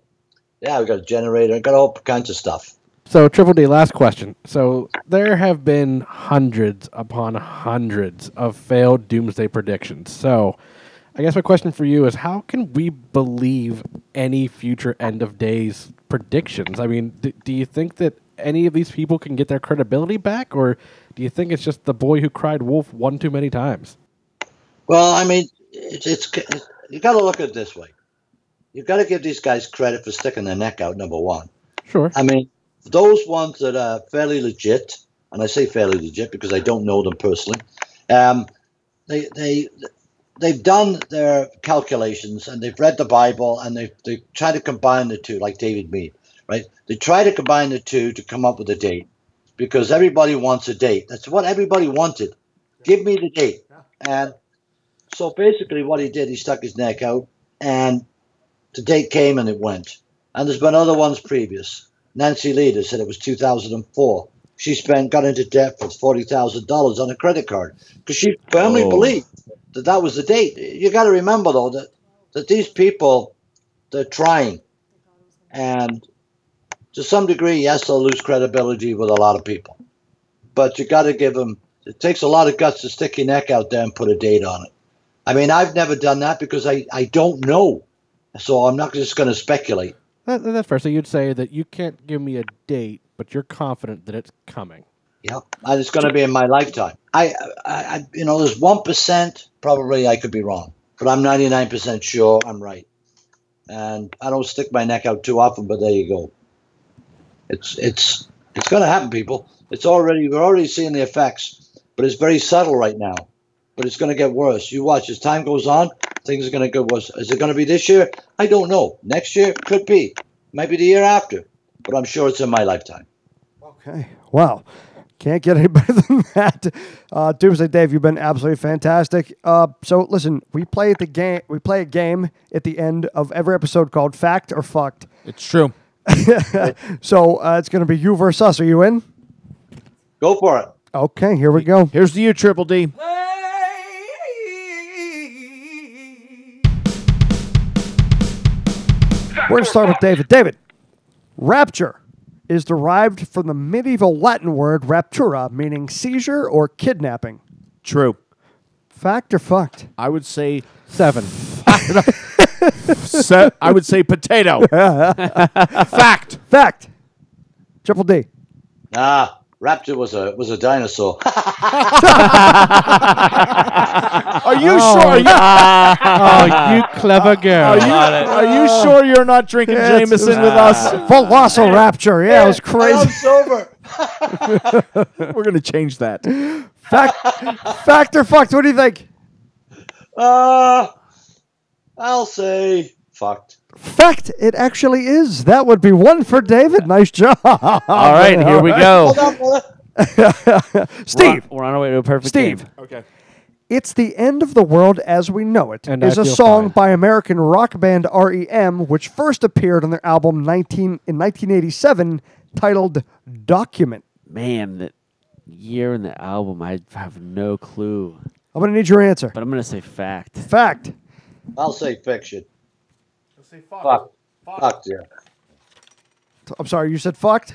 Speaker 7: yeah, I've got a generator. I've got all kinds of stuff.
Speaker 4: So Triple D, last question. So there have been hundreds upon hundreds of failed doomsday predictions. So I guess my question for you is how can we believe any future end of days predictions? I mean, d- do you think that any of these people can get their credibility back or do you think it's just the boy who cried wolf one too many times?
Speaker 7: Well, I mean, it's, it's, it's you got to look at it this way. You've got to give these guys credit for sticking their neck out. Number one,
Speaker 4: Sure.
Speaker 7: I mean, those ones that are fairly legit, and I say fairly legit because I don't know them personally. Um, they they they've done their calculations and they've read the Bible and they they try to combine the two, like David Mead, right? They try to combine the two to come up with a date because everybody wants a date. That's what everybody wanted. Give me the date. And so basically, what he did, he stuck his neck out, and the date came and it went. And there's been other ones previous. Nancy Leader said it was 2004. She spent got into debt for forty thousand dollars on a credit card because she firmly
Speaker 2: Oh.
Speaker 7: believed that that was the date. You got to remember though that that these people they're trying, and to some degree, yes, they'll lose credibility with a lot of people. But you got to give them. It takes a lot of guts to stick your neck out there and put a date on it. I mean, I've never done that because I, I don't know. So I'm not just going to speculate.
Speaker 4: That, that's fair. So you'd say that you can't give me a date, but you're confident that it's coming.
Speaker 7: Yeah, and it's going to be in my lifetime. I, I, I you know, there's one percent probably I could be wrong, but I'm 99 percent sure I'm right. And I don't stick my neck out too often, but there you go. It's it's it's going to happen, people. It's already we're already seeing the effects, but it's very subtle right now. But it's going to get worse. You watch as time goes on, things are going to get worse. Is it going to be this year? I don't know. Next year could be, maybe the year after, but I'm sure it's in my lifetime.
Speaker 1: Okay. Wow. Can't get any better than that. Uh, Doomsday Dave, you've been absolutely fantastic. Uh, so listen, we play at the game. We play a game at the end of every episode called Fact or Fucked.
Speaker 3: It's true.
Speaker 1: So uh, it's going to be you versus us. Are you in?
Speaker 7: Go for it.
Speaker 1: Okay. Here we go.
Speaker 3: Here's to you, Triple D.
Speaker 1: We're going to start with David. David, rapture is derived from the medieval Latin word raptura, meaning seizure or kidnapping.
Speaker 3: True.
Speaker 1: Fact or fucked?
Speaker 3: I would say
Speaker 4: Seven.
Speaker 3: se- I would say potato. Fact.
Speaker 1: Fact. Triple D.
Speaker 7: Ah, Raptor was a was a dinosaur.
Speaker 3: Are you sure? Are you,
Speaker 4: oh, you clever girl.
Speaker 3: are you sure you're not drinking Jameson with us?
Speaker 1: Velociraptor. Yeah, it was
Speaker 7: I'm
Speaker 1: crazy.
Speaker 7: sober.
Speaker 3: We're gonna change that.
Speaker 1: Fact, factor fucked. What do you think?
Speaker 7: Uh, I'll say fucked.
Speaker 1: Fact, it actually is. That would be one for David. Nice job.
Speaker 2: All right, here we go.
Speaker 7: Hold on, brother.
Speaker 2: We're on-
Speaker 1: Steve,
Speaker 2: we're on our way to a perfect
Speaker 1: Steve.
Speaker 2: game.
Speaker 3: Okay.
Speaker 1: It's the End of the World as We Know It
Speaker 4: And I
Speaker 1: is a
Speaker 4: feel
Speaker 1: song
Speaker 4: fine.
Speaker 1: by American rock band REM, which first appeared on their album 19, in 1987 titled Document.
Speaker 2: Man, that year in the album, I have no clue.
Speaker 1: I'm going to need your answer.
Speaker 2: But I'm gonna say fact.
Speaker 1: Fact.
Speaker 7: I'll say fiction. Fuck. Fuck, yeah.
Speaker 1: T- I'm sorry, you said fucked?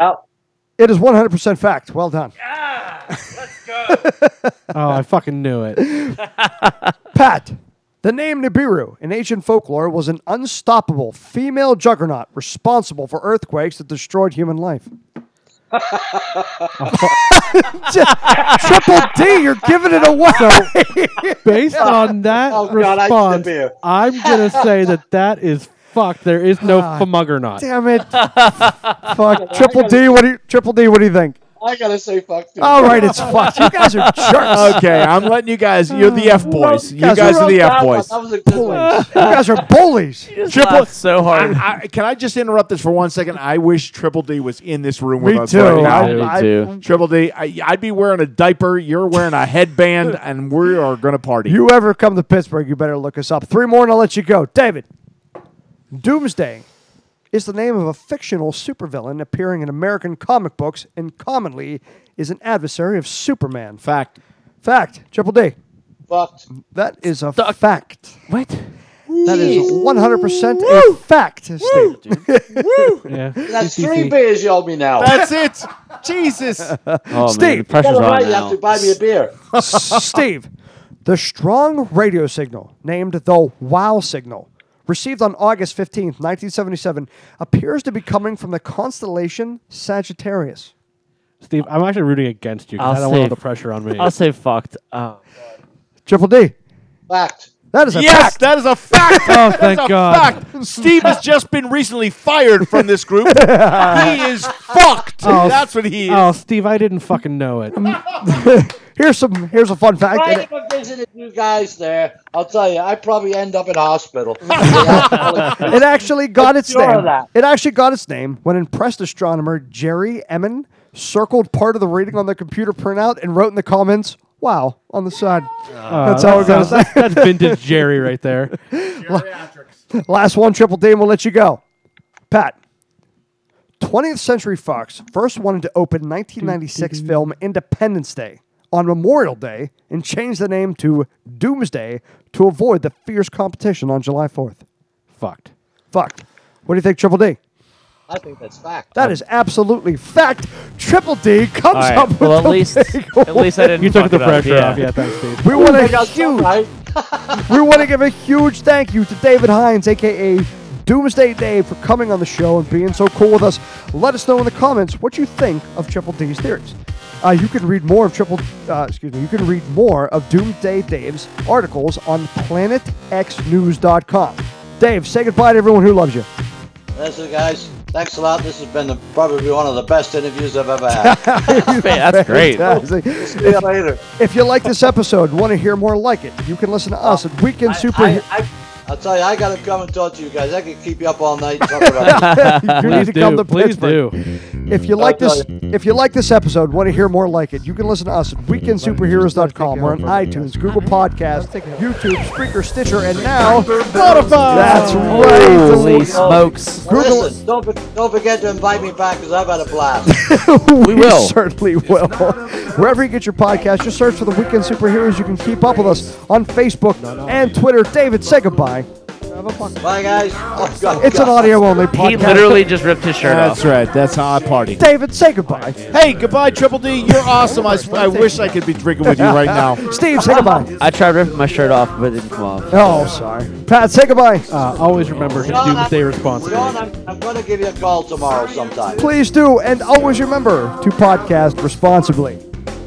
Speaker 7: Now,
Speaker 1: It is 100% fact. Well done.
Speaker 4: Oh, I fucking knew it.
Speaker 1: Pat. The name Nibiru in ancient folklore was an unstoppable female juggernaut responsible for earthquakes that destroyed human life. Triple D, you're giving it away.
Speaker 4: Based on that
Speaker 7: Oh, God, I should
Speaker 4: response,
Speaker 7: be here.
Speaker 4: I'm gonna say that that is fucked. There is no fumuggernaut.
Speaker 1: Ah, Damn it! Fuck, Triple D. What do you, Triple D? What do you think?
Speaker 7: I gotta say fuck. too.
Speaker 1: All right, it's fucked. You guys are jerks.
Speaker 3: Okay, I'm letting you guys. You're the F boys. You
Speaker 1: guys,
Speaker 3: guys
Speaker 1: we're
Speaker 3: are the
Speaker 7: That
Speaker 3: F
Speaker 7: one,
Speaker 3: boys.
Speaker 7: Ah, That was a good one.
Speaker 1: You guys are bullies.
Speaker 2: Triple so hard.
Speaker 3: I, can I just interrupt this for one second? I wish Triple D was in this room
Speaker 1: Me
Speaker 3: with us
Speaker 1: too.
Speaker 3: right now.
Speaker 2: I- Me too.
Speaker 3: Triple D, I, I'd be wearing a diaper. You're wearing a headband, and we are going to party.
Speaker 1: You ever come to Pittsburgh, you better look us up. Three more and I'll let you go. David, Doomsday is the name of a fictional supervillain appearing in American comic books and commonly is an adversary of Superman.
Speaker 3: fact.
Speaker 1: Fact, Triple D,
Speaker 7: Fucked.
Speaker 1: that is a fact.
Speaker 2: what?
Speaker 1: That is 100% a fact, Steve.
Speaker 4: Yeah.
Speaker 7: That's three beers you owe me now.
Speaker 3: That's it. Jesus.
Speaker 2: Oh, man, the
Speaker 1: Steve.
Speaker 2: pressure's
Speaker 7: All right,
Speaker 2: on
Speaker 7: you have
Speaker 2: now.
Speaker 7: to buy me a beer.
Speaker 1: Steve, the strong radio signal named the Wow signal, received on August 15th, 1977, appears to be coming from the constellation Sagittarius.
Speaker 4: Steve, I'm actually rooting against you because I
Speaker 2: I'll
Speaker 4: don't want all
Speaker 2: save-
Speaker 4: the pressure on me.
Speaker 2: I'll say fucked. Oh.
Speaker 1: Triple D.
Speaker 7: Fact.
Speaker 1: That is a
Speaker 3: Yes,
Speaker 1: fact.
Speaker 3: that is a fact.
Speaker 4: Oh, thank
Speaker 3: That's a
Speaker 4: God.
Speaker 3: fact. Steve has just been recently fired from this group. he is fucked. That's what he is.
Speaker 4: Oh, Steve, I didn't fucking know it. Uh,
Speaker 1: Here's some. Here's a fun fact.
Speaker 7: I
Speaker 1: and it-
Speaker 7: have visited you guys there. I'll tell you, I probably end up in hospital. That's
Speaker 1: It actually got its
Speaker 7: Sure
Speaker 1: name.
Speaker 7: of that.
Speaker 1: It actually got its name when impressed astronomer Jerry Emmon circled part of the reading on their computer printout and wrote in the comments, "Wow" on the side. That's all we're gonna
Speaker 4: Sounds- that's vintage Jerry right there.
Speaker 1: Last one, Triple D, and we'll let you go. Pat. 20th Century Fox first wanted to open
Speaker 4: Mm-hmm.
Speaker 1: 1996 film Independence Day on Memorial Day and changed the name to Doomsday to avoid the fierce competition on July 4th.
Speaker 4: Fucked.
Speaker 1: Fuck. What do you think, Triple D?
Speaker 7: I think that's fact.
Speaker 4: Um,
Speaker 1: That is absolutely fact. Triple D comes
Speaker 2: All right.
Speaker 1: up with
Speaker 2: Well, at
Speaker 1: the
Speaker 2: least
Speaker 1: big
Speaker 2: at least I didn't.
Speaker 4: You
Speaker 2: fuck
Speaker 4: took the
Speaker 2: it up,
Speaker 4: pressure
Speaker 2: yeah.
Speaker 4: off. Yeah, thanks, Steve.
Speaker 1: We want to
Speaker 7: That's all right.
Speaker 1: we want to give a huge thank you to David Hines, aka Doomsday Dave, for coming on the show and being so cool with us. Let us know in the comments what you think of Triple D's theories. Uh, you can read more of Triple, uh, excuse me, you can read more of Doomsday Dave's articles on PlanetXNews.com. Dave, say goodbye to everyone who loves you.
Speaker 7: That's it, guys. Thanks a lot. This has been the, probably one of the best interviews I've ever had.
Speaker 2: Man, that's great.
Speaker 1: Fantastic.
Speaker 7: See you later.
Speaker 1: If you like this episode and want to hear more like it, you can listen to us at Weekend Super.
Speaker 7: I, I, I'll tell you, I gotta come and talk to you guys. I could keep you up all night talking about it.
Speaker 1: you need
Speaker 4: Please
Speaker 1: to
Speaker 4: do.
Speaker 1: come to
Speaker 4: Please
Speaker 1: Pittsburgh.
Speaker 4: do.
Speaker 1: If you like
Speaker 7: I'll
Speaker 1: this,
Speaker 7: tell
Speaker 1: if you like this episode, want to hear more like it, you can listen to us at weekendsuperheroes.com. We're on iTunes, Google Podcasts, YouTube, Spreaker, Stitcher, and now Spotify. That's right.
Speaker 2: Holy smokes!
Speaker 1: Google-
Speaker 7: Listen, don't, for- don't forget to invite me back because I've had a blast.
Speaker 1: we
Speaker 2: will.
Speaker 1: certainly will. Wherever you get your podcast, just search for the Weekend Superheroes. You can keep up with us on Facebook and Twitter. David, say goodbye. of a bucket.
Speaker 7: Bye, guys. Oh, God.
Speaker 1: It's an audio only podcast.
Speaker 2: He literally just ripped his shirt
Speaker 3: That's
Speaker 2: off.
Speaker 3: right. That's how I party.
Speaker 1: David, say goodbye.
Speaker 3: Hey, goodbye, Triple D. You're awesome. I, I wish I could be drinking with you right now.
Speaker 1: Steve, say goodbye.
Speaker 2: I tried ripping my shirt off, but it didn't come off.
Speaker 1: Oh, sorry. Pat, say goodbye.
Speaker 4: Uh, always remember to
Speaker 7: Ron,
Speaker 4: do what they
Speaker 7: I'm-
Speaker 4: responsibly.
Speaker 7: Ron, I'm, I'm going to give you a call tomorrow sometime.
Speaker 1: Please do, and always remember to podcast responsibly.